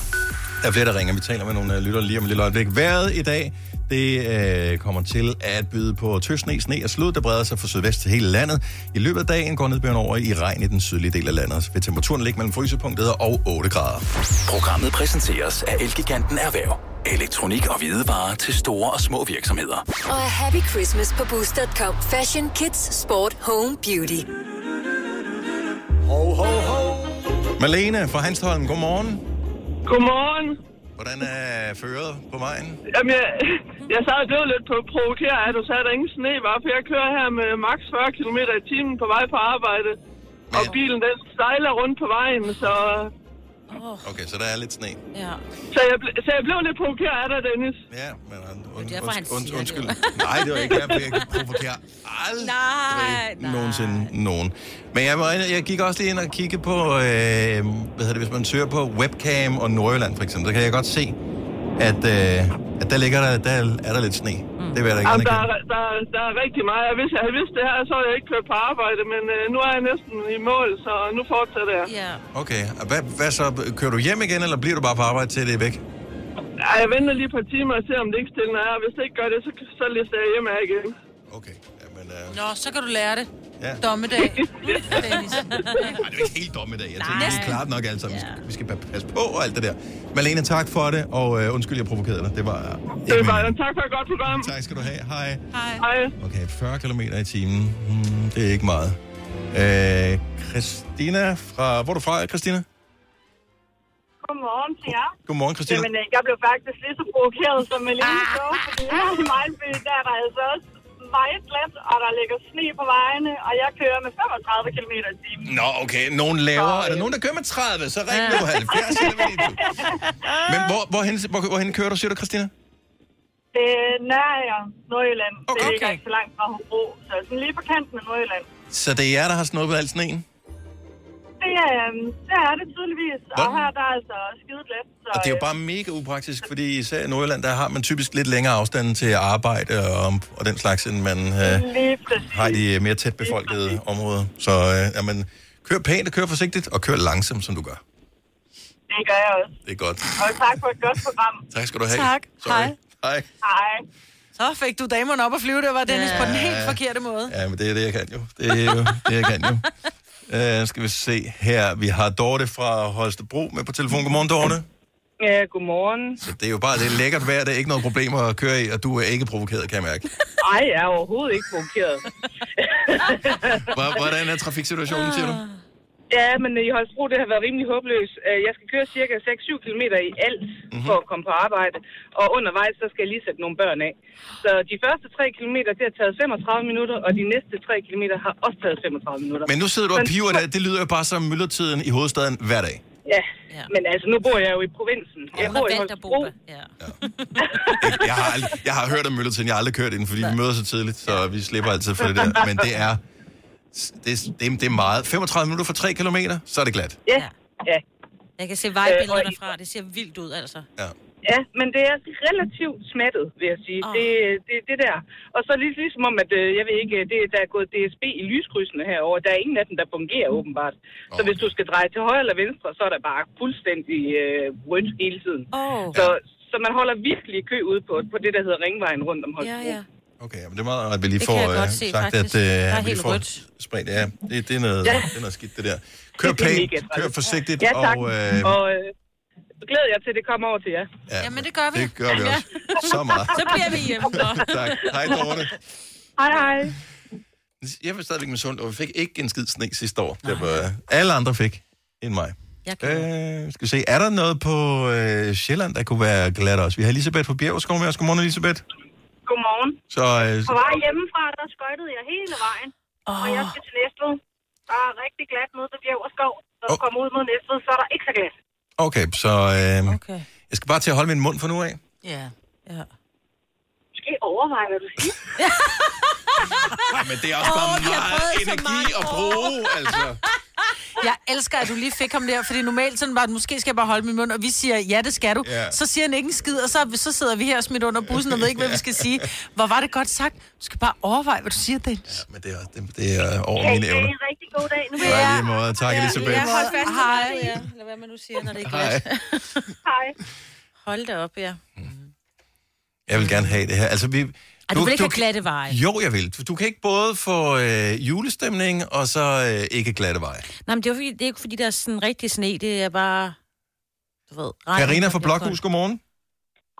[SPEAKER 1] Der er flere, der ringer. Vi taler med nogle øh, lyttere lige om et lille øjeblik. Været i dag, det øh, kommer til at byde på tøsne, sne og slud, der breder sig fra sydvest til hele landet. I løbet af dagen går nedbøren over i regn i den sydlige del af landet. Vil temperaturen ligge mellem frysepunktet og 8 grader.
[SPEAKER 8] Programmet præsenteres af Elgiganten Erhverv. Elektronik og hvidevarer til store og små virksomheder.
[SPEAKER 6] Og a happy Christmas på Boost.com. Fashion, kids, sport, home, beauty.
[SPEAKER 1] Ho, ho, ho. Malene fra Hanstholm, godmorgen.
[SPEAKER 24] Godmorgen.
[SPEAKER 1] Hvordan er føret på vejen?
[SPEAKER 24] Jamen, jeg, jeg sad og blev lidt på provokeret, at du sagde, at der ingen sne var, for jeg kører her med maks 40 km i timen på vej på arbejde. Men... Og bilen, den stejler rundt på vejen, så
[SPEAKER 3] Oh,
[SPEAKER 1] Okay, så der er lidt sne.
[SPEAKER 3] ja.
[SPEAKER 24] Så jeg, ble, så jeg blev lidt provokeret af dig, Dennis.
[SPEAKER 1] Ja, men und, und,
[SPEAKER 24] derfor, han
[SPEAKER 1] und, und,
[SPEAKER 24] siger
[SPEAKER 1] undskyld.
[SPEAKER 24] det.
[SPEAKER 1] Nej, det var ikke derfor, jeg provokerer aldrig
[SPEAKER 3] Nej,
[SPEAKER 1] nogensinde nogen. Men jeg, var inde- jeg gik også lige ind og kiggede på, øh, hvad hedder det, hvis man søger på webcam og Nordjylland for eksempel, så kan jeg godt se, at, øh, at der ligger der, der er der lidt sne. Mm. Det vil jeg da ikke
[SPEAKER 24] Jamen, der,
[SPEAKER 1] anerkende.
[SPEAKER 24] er, der, er- der er rigtig meget. Hvis jeg havde vidst det her, så havde jeg ikke kørt på arbejde, men øh, nu er jeg næsten i mål, så nu fortsætter jeg.
[SPEAKER 3] Ja.
[SPEAKER 1] Okay, og hvad, hvad så? Kører du hjem igen, eller bliver du bare på arbejde til det er væk?
[SPEAKER 24] Ej, jeg venter lige et par timer og ser, om det ikke stiller er. Hvis det ikke gør det, så, så lister jeg hjem af igen.
[SPEAKER 4] Nå, så kan du lære det.
[SPEAKER 1] Ja.
[SPEAKER 4] Dommedag. Dennis.
[SPEAKER 1] Nej, det er jo ikke helt dumme i dag. Jeg tænker, vi er klart nok alt sammen. Vi skal- Vi skal pa- passe på og alt det der. Malene, tak for det, og øh, undskyld, jeg provokerede dig. Det var...
[SPEAKER 24] Det er bare, tak for et godt program.
[SPEAKER 1] Tak skal du have. Hej.
[SPEAKER 24] Hej. Hej.
[SPEAKER 1] Okay, 40 km i timen. Hmm, det er ikke meget. Øh, Christina fra... Hvor er du fra, Christina?
[SPEAKER 25] Godmorgen til jer.
[SPEAKER 1] Godmorgen, Christina.
[SPEAKER 25] Jamen, øh, jeg blev faktisk lige så provokeret som Malene så, fordi her i Mejlby, der er der altså også meget glat, og der ligger sne på vejene, og jeg kører med 35 km i timen.
[SPEAKER 1] Nå, okay. Nogen laver... Er der nogen, der kører med 30, så ring nu 70. eller hvad det er. Men hvor, hvorhen, hvor, hvorhen kører du, siger du, Christina?
[SPEAKER 25] Det er nær Nordjylland. Okay. Det ligger ikke så langt fra Hobro, så sådan lige på kanten af Nordjylland.
[SPEAKER 1] Så det er jer, der har snuppet al sneen?
[SPEAKER 25] Det, øh, det er det tydeligvis, og her der er altså skide glat. Så,
[SPEAKER 1] Og det er jo bare mega upraktisk, fordi især i Nordjylland, der har man typisk lidt længere afstand til arbejde og, og den slags, end man øh,
[SPEAKER 25] Lige præcis.
[SPEAKER 1] har i de øh, mere tæt befolkede områder. Så øh, jamen, kør pænt og kør forsigtigt, og kør langsomt, som du gør.
[SPEAKER 25] øh, Det gør jeg også.
[SPEAKER 1] Det er godt.
[SPEAKER 25] Og tak for et godt program.
[SPEAKER 1] Tak skal du have.
[SPEAKER 4] Tak.
[SPEAKER 1] Sorry.
[SPEAKER 4] Hej.
[SPEAKER 1] Hej.
[SPEAKER 25] Hej.
[SPEAKER 4] Så fik du damerne op og flyve, det var Dennis, på den helt
[SPEAKER 1] Ja.
[SPEAKER 4] forkerte måde.
[SPEAKER 1] Ja, men det er det, jeg kan jo. Det er jo det, jeg kan jo. Uh, skal vi se her. Vi har Dorte fra Holstebro med på telefon. Godmorgen, Dorte.
[SPEAKER 9] Ja, Øh, godmorgen.
[SPEAKER 1] Det er jo bare det er lækkert vejr. Det er ikke noget problem at køre i, og du er ikke provokeret, kan jeg mærke.
[SPEAKER 9] Ej, jeg er overhovedet ikke provokeret.
[SPEAKER 1] Hvor- Hvordan er trafiksituationen, siger du?
[SPEAKER 9] Ah. ja, men øh, i Holstebro, det har været rimelig håbløst. Øh, Jeg skal køre cirka 6-7 km i alt
[SPEAKER 1] Mhm.
[SPEAKER 9] mm-hmm. for at komme på arbejde. Og undervejs, så skal jeg lige sætte nogle børn af. Så de første 3 km, det har taget 35 minutter, og de næste 3 km har også taget 35 minutter.
[SPEAKER 1] Men nu sidder du og
[SPEAKER 9] Men-
[SPEAKER 1] piver der. Det lyder jo bare som myldretiden i hovedstaden hver dag.
[SPEAKER 9] Ja, men altså, nu bor jeg jo i provinsen. Jeg bor i Holstebro.
[SPEAKER 1] Jeg har, aldrig, jeg har hørt om myldretiden. Jeg har aldrig kørt ind, fordi vi møder så tidligt, så vi slipper altid for det der. Men det er, det, er- det, er- det er meget. 35 minutter for 3 km, så er det glat.
[SPEAKER 9] Ja, ja.
[SPEAKER 3] Jeg kan se vejbilleder
[SPEAKER 9] Øh, og-
[SPEAKER 3] derfra. Det ser vildt ud, altså.
[SPEAKER 9] Ja, men det er relativt smattet, vil jeg sige.
[SPEAKER 3] Åh.
[SPEAKER 9] Det, det, det der. Og så lige, ligesom om, at øh, jeg ved ikke, det, der er gået DSB i lyskrydsene herover. Der er ingen af dem, der fungerer åbenbart. Så hvis du skal dreje til højre eller venstre, så er der bare fuldstændig øh, rødt hele tiden.
[SPEAKER 3] Oh.
[SPEAKER 9] Så, så man holder virkelig i kø ude på, på det, der hedder Ringvejen rundt om Holstebro. Ja, ja.
[SPEAKER 1] Okay, men det er meget rart, at vi lige
[SPEAKER 9] Det
[SPEAKER 1] får
[SPEAKER 9] kan jeg
[SPEAKER 1] øh,
[SPEAKER 9] godt se,
[SPEAKER 1] sagt, at
[SPEAKER 9] faktisk.
[SPEAKER 1] øh,
[SPEAKER 9] Der er
[SPEAKER 1] at vi lige
[SPEAKER 9] helt
[SPEAKER 1] får
[SPEAKER 9] rødt.
[SPEAKER 1] spredt. Ja, det, det, er noget,
[SPEAKER 9] Ja.
[SPEAKER 1] ja. det er noget skidt, det der. Kør
[SPEAKER 9] Det er
[SPEAKER 1] pænt,
[SPEAKER 9] mega træls.
[SPEAKER 1] kør forsigtigt,
[SPEAKER 9] Ja, tak.
[SPEAKER 1] og øh,
[SPEAKER 9] Og øh, glæder jeg til, at det kommer over til jer.
[SPEAKER 1] Ja,
[SPEAKER 9] Jamen,
[SPEAKER 4] det gør
[SPEAKER 9] vi.
[SPEAKER 1] det gør vi også. Så meget.
[SPEAKER 9] Så bliver vi hjemme.
[SPEAKER 1] tak. Hej, Dorte.
[SPEAKER 9] Hej, hej.
[SPEAKER 1] Jeg var stadigvæk med sund, og vi fik ikke en skid sne sidste år. Det var, øh, alle andre fik, end mig.
[SPEAKER 3] Jeg
[SPEAKER 1] Øh, skal vi se, er der noget på øh, Sjælland, der kunne være glat også? Vi har Elisabeth fra Bjergskov med os. Godmorgen, Elisabeth.
[SPEAKER 25] Godmorgen.
[SPEAKER 1] Så, øh,
[SPEAKER 25] På vej hjemmefra, der skøjtede jeg hele vejen. Oh. Og jeg skal til Næstved. Der er rigtig glat nede ved Bjerg og Skov. Når du oh. kommer ud mod Næstved, så er der ikke så glat.
[SPEAKER 1] okay, så øh,
[SPEAKER 3] okay.
[SPEAKER 1] jeg skal bare til at holde min mund for nu af.
[SPEAKER 4] Ja. ja.
[SPEAKER 25] Måske overveje, hvad du siger.
[SPEAKER 1] Men det er også bare oh, meget energi at bruge, altså.
[SPEAKER 4] Jeg elsker, at du lige fik ham der, fordi normalt sådan var det, måske skal jeg bare holde min mund, og vi siger, ja, det skal du.
[SPEAKER 1] Ja.
[SPEAKER 4] Så siger han ikke en skid, og så, så sidder vi her og smidt under bussen og ved ikke, hvad vi skal sige. Hvor var det godt sagt? Du skal bare overveje, hvad du siger, Dennis.
[SPEAKER 1] Men det er, det, det er over mine evner.
[SPEAKER 25] en rigtig god dag nu.
[SPEAKER 1] Ja, i lige måde. Tak, Elisabeth.
[SPEAKER 3] Ja, hold fast.
[SPEAKER 4] Hej.
[SPEAKER 3] Hej. Ja. Eller hvad man nu siger, når det ikke er
[SPEAKER 1] Hej.
[SPEAKER 3] glat.
[SPEAKER 25] Hej.
[SPEAKER 3] Hold da op, ja.
[SPEAKER 1] Jeg vil gerne have det her. Altså, vi,
[SPEAKER 3] Ej, du, vil ikke have glatte veje.
[SPEAKER 1] Jo, jeg vil. Du, du kan ikke både få øh, julestemning og så øh, ikke glatte veje.
[SPEAKER 3] Nej, men det er, jo fordi, det er ikke fordi, der er sådan rigtig sne. Det er bare, du ved... regn,
[SPEAKER 1] Karina fra
[SPEAKER 3] der bliver
[SPEAKER 1] Blokhus,
[SPEAKER 3] koldt.
[SPEAKER 1] godmorgen.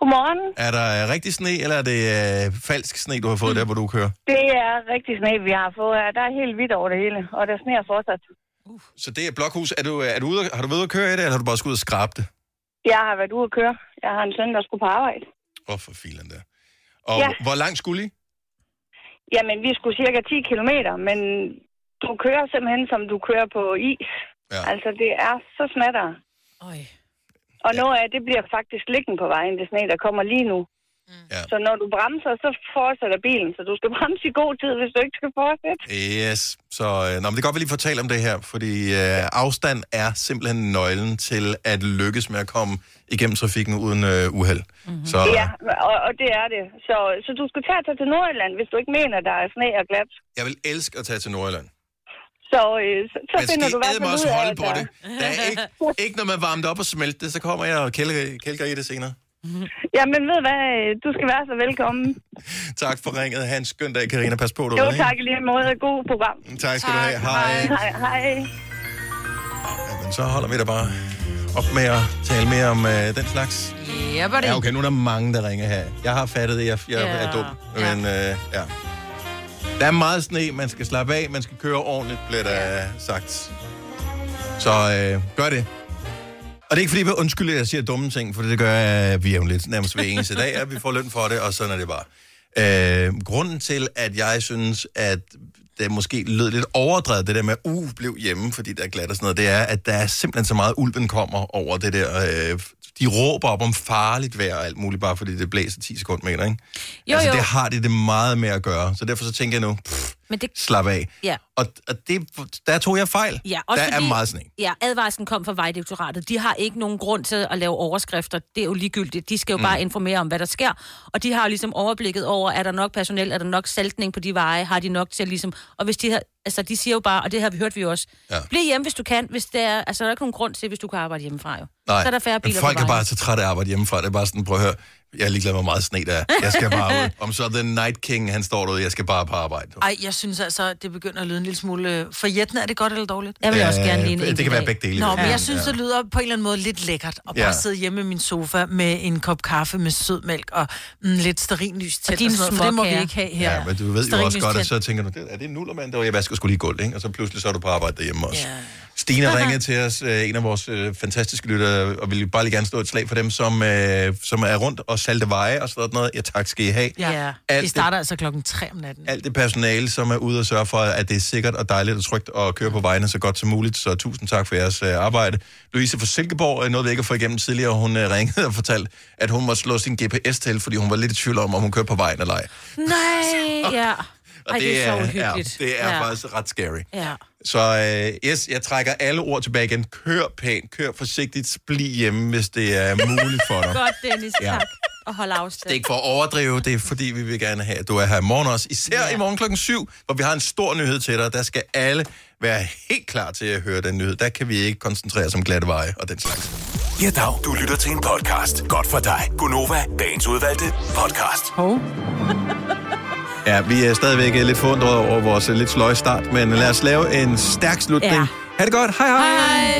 [SPEAKER 25] Godmorgen.
[SPEAKER 1] Er der øh, rigtig sne, eller er det øh, falsk sne, du har fået mm. der, hvor du kører?
[SPEAKER 25] Det er rigtig sne, vi har fået her. Der er helt hvidt over det hele, og der sneer fortsat.
[SPEAKER 1] Så det er Blokhus. Er du, øh, er du ude, har du været ude at køre i det, eller har du bare skulle ud og skrabe det?
[SPEAKER 25] Jeg har været ude at køre. Jeg har en søn, der skulle på arbejde.
[SPEAKER 1] Åh, oh, for filen der. Og
[SPEAKER 25] Ja.
[SPEAKER 1] ja. hvor langt skulle I?
[SPEAKER 25] Jamen, vi skulle cirka 10 km, men du kører simpelthen, som du kører på is. Ja. Altså, det er så snatter.
[SPEAKER 3] Øj.
[SPEAKER 10] Og ja. noget af det bliver faktisk liggen på vejen, det sne, der kommer lige nu. Mm.
[SPEAKER 1] Ja.
[SPEAKER 10] Så når du bremser, så fortsætter bilen, så du skal bremse i god tid, hvis du ikke skal fortsætte.
[SPEAKER 1] Yes, så øh, nå, men det er godt, vi lige fortæller om det her, fordi øh, afstand er simpelthen nøglen til at lykkes med at komme igennem trafikken uden øh, uheld. Mm-hmm. Så
[SPEAKER 10] Mhm. Ja, og, og det er det. Så, så du skal tage til Nordjylland, hvis du ikke mener, der er sne og glat.
[SPEAKER 1] jeg vil elske at tage til Nordjylland.
[SPEAKER 10] Så, øh, så, så
[SPEAKER 1] Men
[SPEAKER 10] finder
[SPEAKER 1] skal
[SPEAKER 10] du i hvert
[SPEAKER 1] eddermame
[SPEAKER 10] fald
[SPEAKER 1] også
[SPEAKER 10] ud af, altså.
[SPEAKER 1] holde
[SPEAKER 10] at
[SPEAKER 1] på
[SPEAKER 10] der-
[SPEAKER 1] det. Der er ikke, ikke når man varmt op og smelter det, så kommer jeg og kælker, kælker i det senere.
[SPEAKER 10] Jamen ved hvad, øh, du skal være så velkommen.
[SPEAKER 1] Tak for ringet. Ha' en skøn dag, Karina. Pas på dig.
[SPEAKER 10] Jo tak i lige måde, god program.
[SPEAKER 1] Tak skal du have. Hej.
[SPEAKER 10] Hej, hej.
[SPEAKER 1] Men så holder vi da bare op med at tale mere om øh, den slags.
[SPEAKER 4] Ja, var det.
[SPEAKER 1] Ja, okay, nu er der mange, der ringer her. Jeg har fattet det, jeg, jeg
[SPEAKER 4] Ja.
[SPEAKER 1] er dum. Men øh, ja. Der er meget sne, man skal slappe af, man skal køre ordentligt, bliver der øh, sagt. Så øh, gør det. Og det er ikke fordi, jeg undskylder, at jeg siger dumme ting, for det gør jeg øh, vi jævnligt nærmest hver eneste dag, at vi får løn for det, og sådan er det bare. Øh, grunden til, at jeg synes, at det måske lød lidt overdrevet, det der med, uh, blev hjemme, fordi der er glat og sådan noget, det er, at der er simpelthen så meget, ulven kommer over det der. Øh, de råber op om farligt vejr og alt muligt, bare fordi det blæser 10 sekunder, mener ikke?
[SPEAKER 3] Jo,
[SPEAKER 1] altså,
[SPEAKER 3] jo.
[SPEAKER 1] det har de det meget med at gøre, så derfor så tænker jeg nu, pff,
[SPEAKER 3] Men det...
[SPEAKER 1] slap af.
[SPEAKER 3] Ja.
[SPEAKER 1] Og, og det, der tog jeg fejl.
[SPEAKER 3] Ja,
[SPEAKER 1] der
[SPEAKER 3] også
[SPEAKER 1] er
[SPEAKER 3] fordi,
[SPEAKER 1] meget sne.
[SPEAKER 3] Ja, advarslen kom fra Vejdirektoratet. De har ikke nogen grund til at lave overskrifter. Det er jo ligegyldigt. De skal jo
[SPEAKER 1] Mm.
[SPEAKER 3] mm. bare informere om, hvad der sker. Og de har jo ligesom overblikket over, er der nok personel, er der nok saltning på de veje, har de nok til at ligesom... Og hvis de har, altså de siger jo bare, og det har vi hørt vi jo også,
[SPEAKER 1] ja.
[SPEAKER 3] bliv hjemme, hvis du kan. Hvis der, er- altså, der er ikke nogen grund til, hvis du kan arbejde hjemmefra jo.
[SPEAKER 1] Nej,
[SPEAKER 3] så er der færre biler
[SPEAKER 1] men folk
[SPEAKER 3] på
[SPEAKER 1] er
[SPEAKER 3] vejen.
[SPEAKER 1] bare så trætte af at arbejde hjemmefra. Det er bare sådan, prøv at høre, jeg er ligeglad med, hvor meget sne der er. Jeg skal bare ud. Om så The Night King, han står derude, jeg skal bare på arbejde.
[SPEAKER 4] Ej, jeg synes altså, det begynder at lyde en lille smule... øh, For jætten er det godt eller dårligt?
[SPEAKER 1] Jeg vil også Øh, gerne lige en det kan enkelt være dag. begge dele i
[SPEAKER 4] Nå, men
[SPEAKER 1] virkeligheden,
[SPEAKER 4] jeg synes,
[SPEAKER 1] ja.
[SPEAKER 4] det lyder på en eller anden måde lidt lækkert. Og bare
[SPEAKER 1] Ja.
[SPEAKER 4] sidde hjemme i min sofa med en kop kaffe med sød mælk og mm, lidt sterinlys tæt.
[SPEAKER 3] dine
[SPEAKER 4] Og sådan noget, for det må vi
[SPEAKER 3] småkager.
[SPEAKER 4] ikke have her.
[SPEAKER 1] Ja, men du ved jo også
[SPEAKER 4] Stearinlys
[SPEAKER 1] godt, at
[SPEAKER 4] tændt.
[SPEAKER 1] så tænker du, "Det- er det en nullermand, der var jeg vasker skulle lige gulv, ikke? Og så pludselig så er du på arbejde derhjemme også. Yeah. Stine ringede til os, øh, en af vores øh, fantastiske lyttere, og ville bare lige gerne stå et slag for dem, som, øh, som er rundt og salte veje og sådan noget. Ja, tak skal I have.
[SPEAKER 4] Ja,
[SPEAKER 1] Alt
[SPEAKER 4] de
[SPEAKER 1] det-
[SPEAKER 4] starter altså klokken 3 om natten.
[SPEAKER 1] alt det personale, som er ude og sørge for, at det er sikkert og dejligt og trygt at køre på vejene så godt som muligt. Så tusind tak for jeres øh, arbejde. Louise fra Silkeborg øh, nåede vi ikke at få igennem tidligere. Hun øh, ringede og fortalte, at hun måtte slå sin GPS til, fordi hun var lidt i tvivl om, om hun kørte på vejen eller ej.
[SPEAKER 3] Nej, ja.
[SPEAKER 1] Og
[SPEAKER 3] Ej, det er så uhyggeligt.
[SPEAKER 1] Ja, det er
[SPEAKER 3] ja.
[SPEAKER 1] faktisk ret scary.
[SPEAKER 3] Ja.
[SPEAKER 1] Så øh, yes, jeg trækker alle ord tilbage igen. Kør pænt, kør forsigtigt, bliv hjemme, hvis det er muligt for dig.
[SPEAKER 3] Godt, Dennis,
[SPEAKER 1] Ja.
[SPEAKER 3] ja. tak. Og hold
[SPEAKER 1] Det er
[SPEAKER 3] afstand.
[SPEAKER 1] ikke for at overdrive, det er fordi, vi vil gerne have, at du er her i morgen også. Især i morgen klokken 7, hvor vi har en stor nyhed til dig. Der skal alle være helt klar til at høre den nyhed. Der kan vi ikke koncentrere os om glatte veje og den slags.
[SPEAKER 8] Ja, dag. Du lytter til en podcast. Godt for dig. Gunova, dagens udvalgte podcast.
[SPEAKER 4] Hov.
[SPEAKER 1] Ja, vi er stadigvæk øh, lidt forundret over vores øh, lidt sløje start, men lad os lave en stærk slutning.
[SPEAKER 8] Ja.
[SPEAKER 1] Ha' det godt. Hej hej. hej.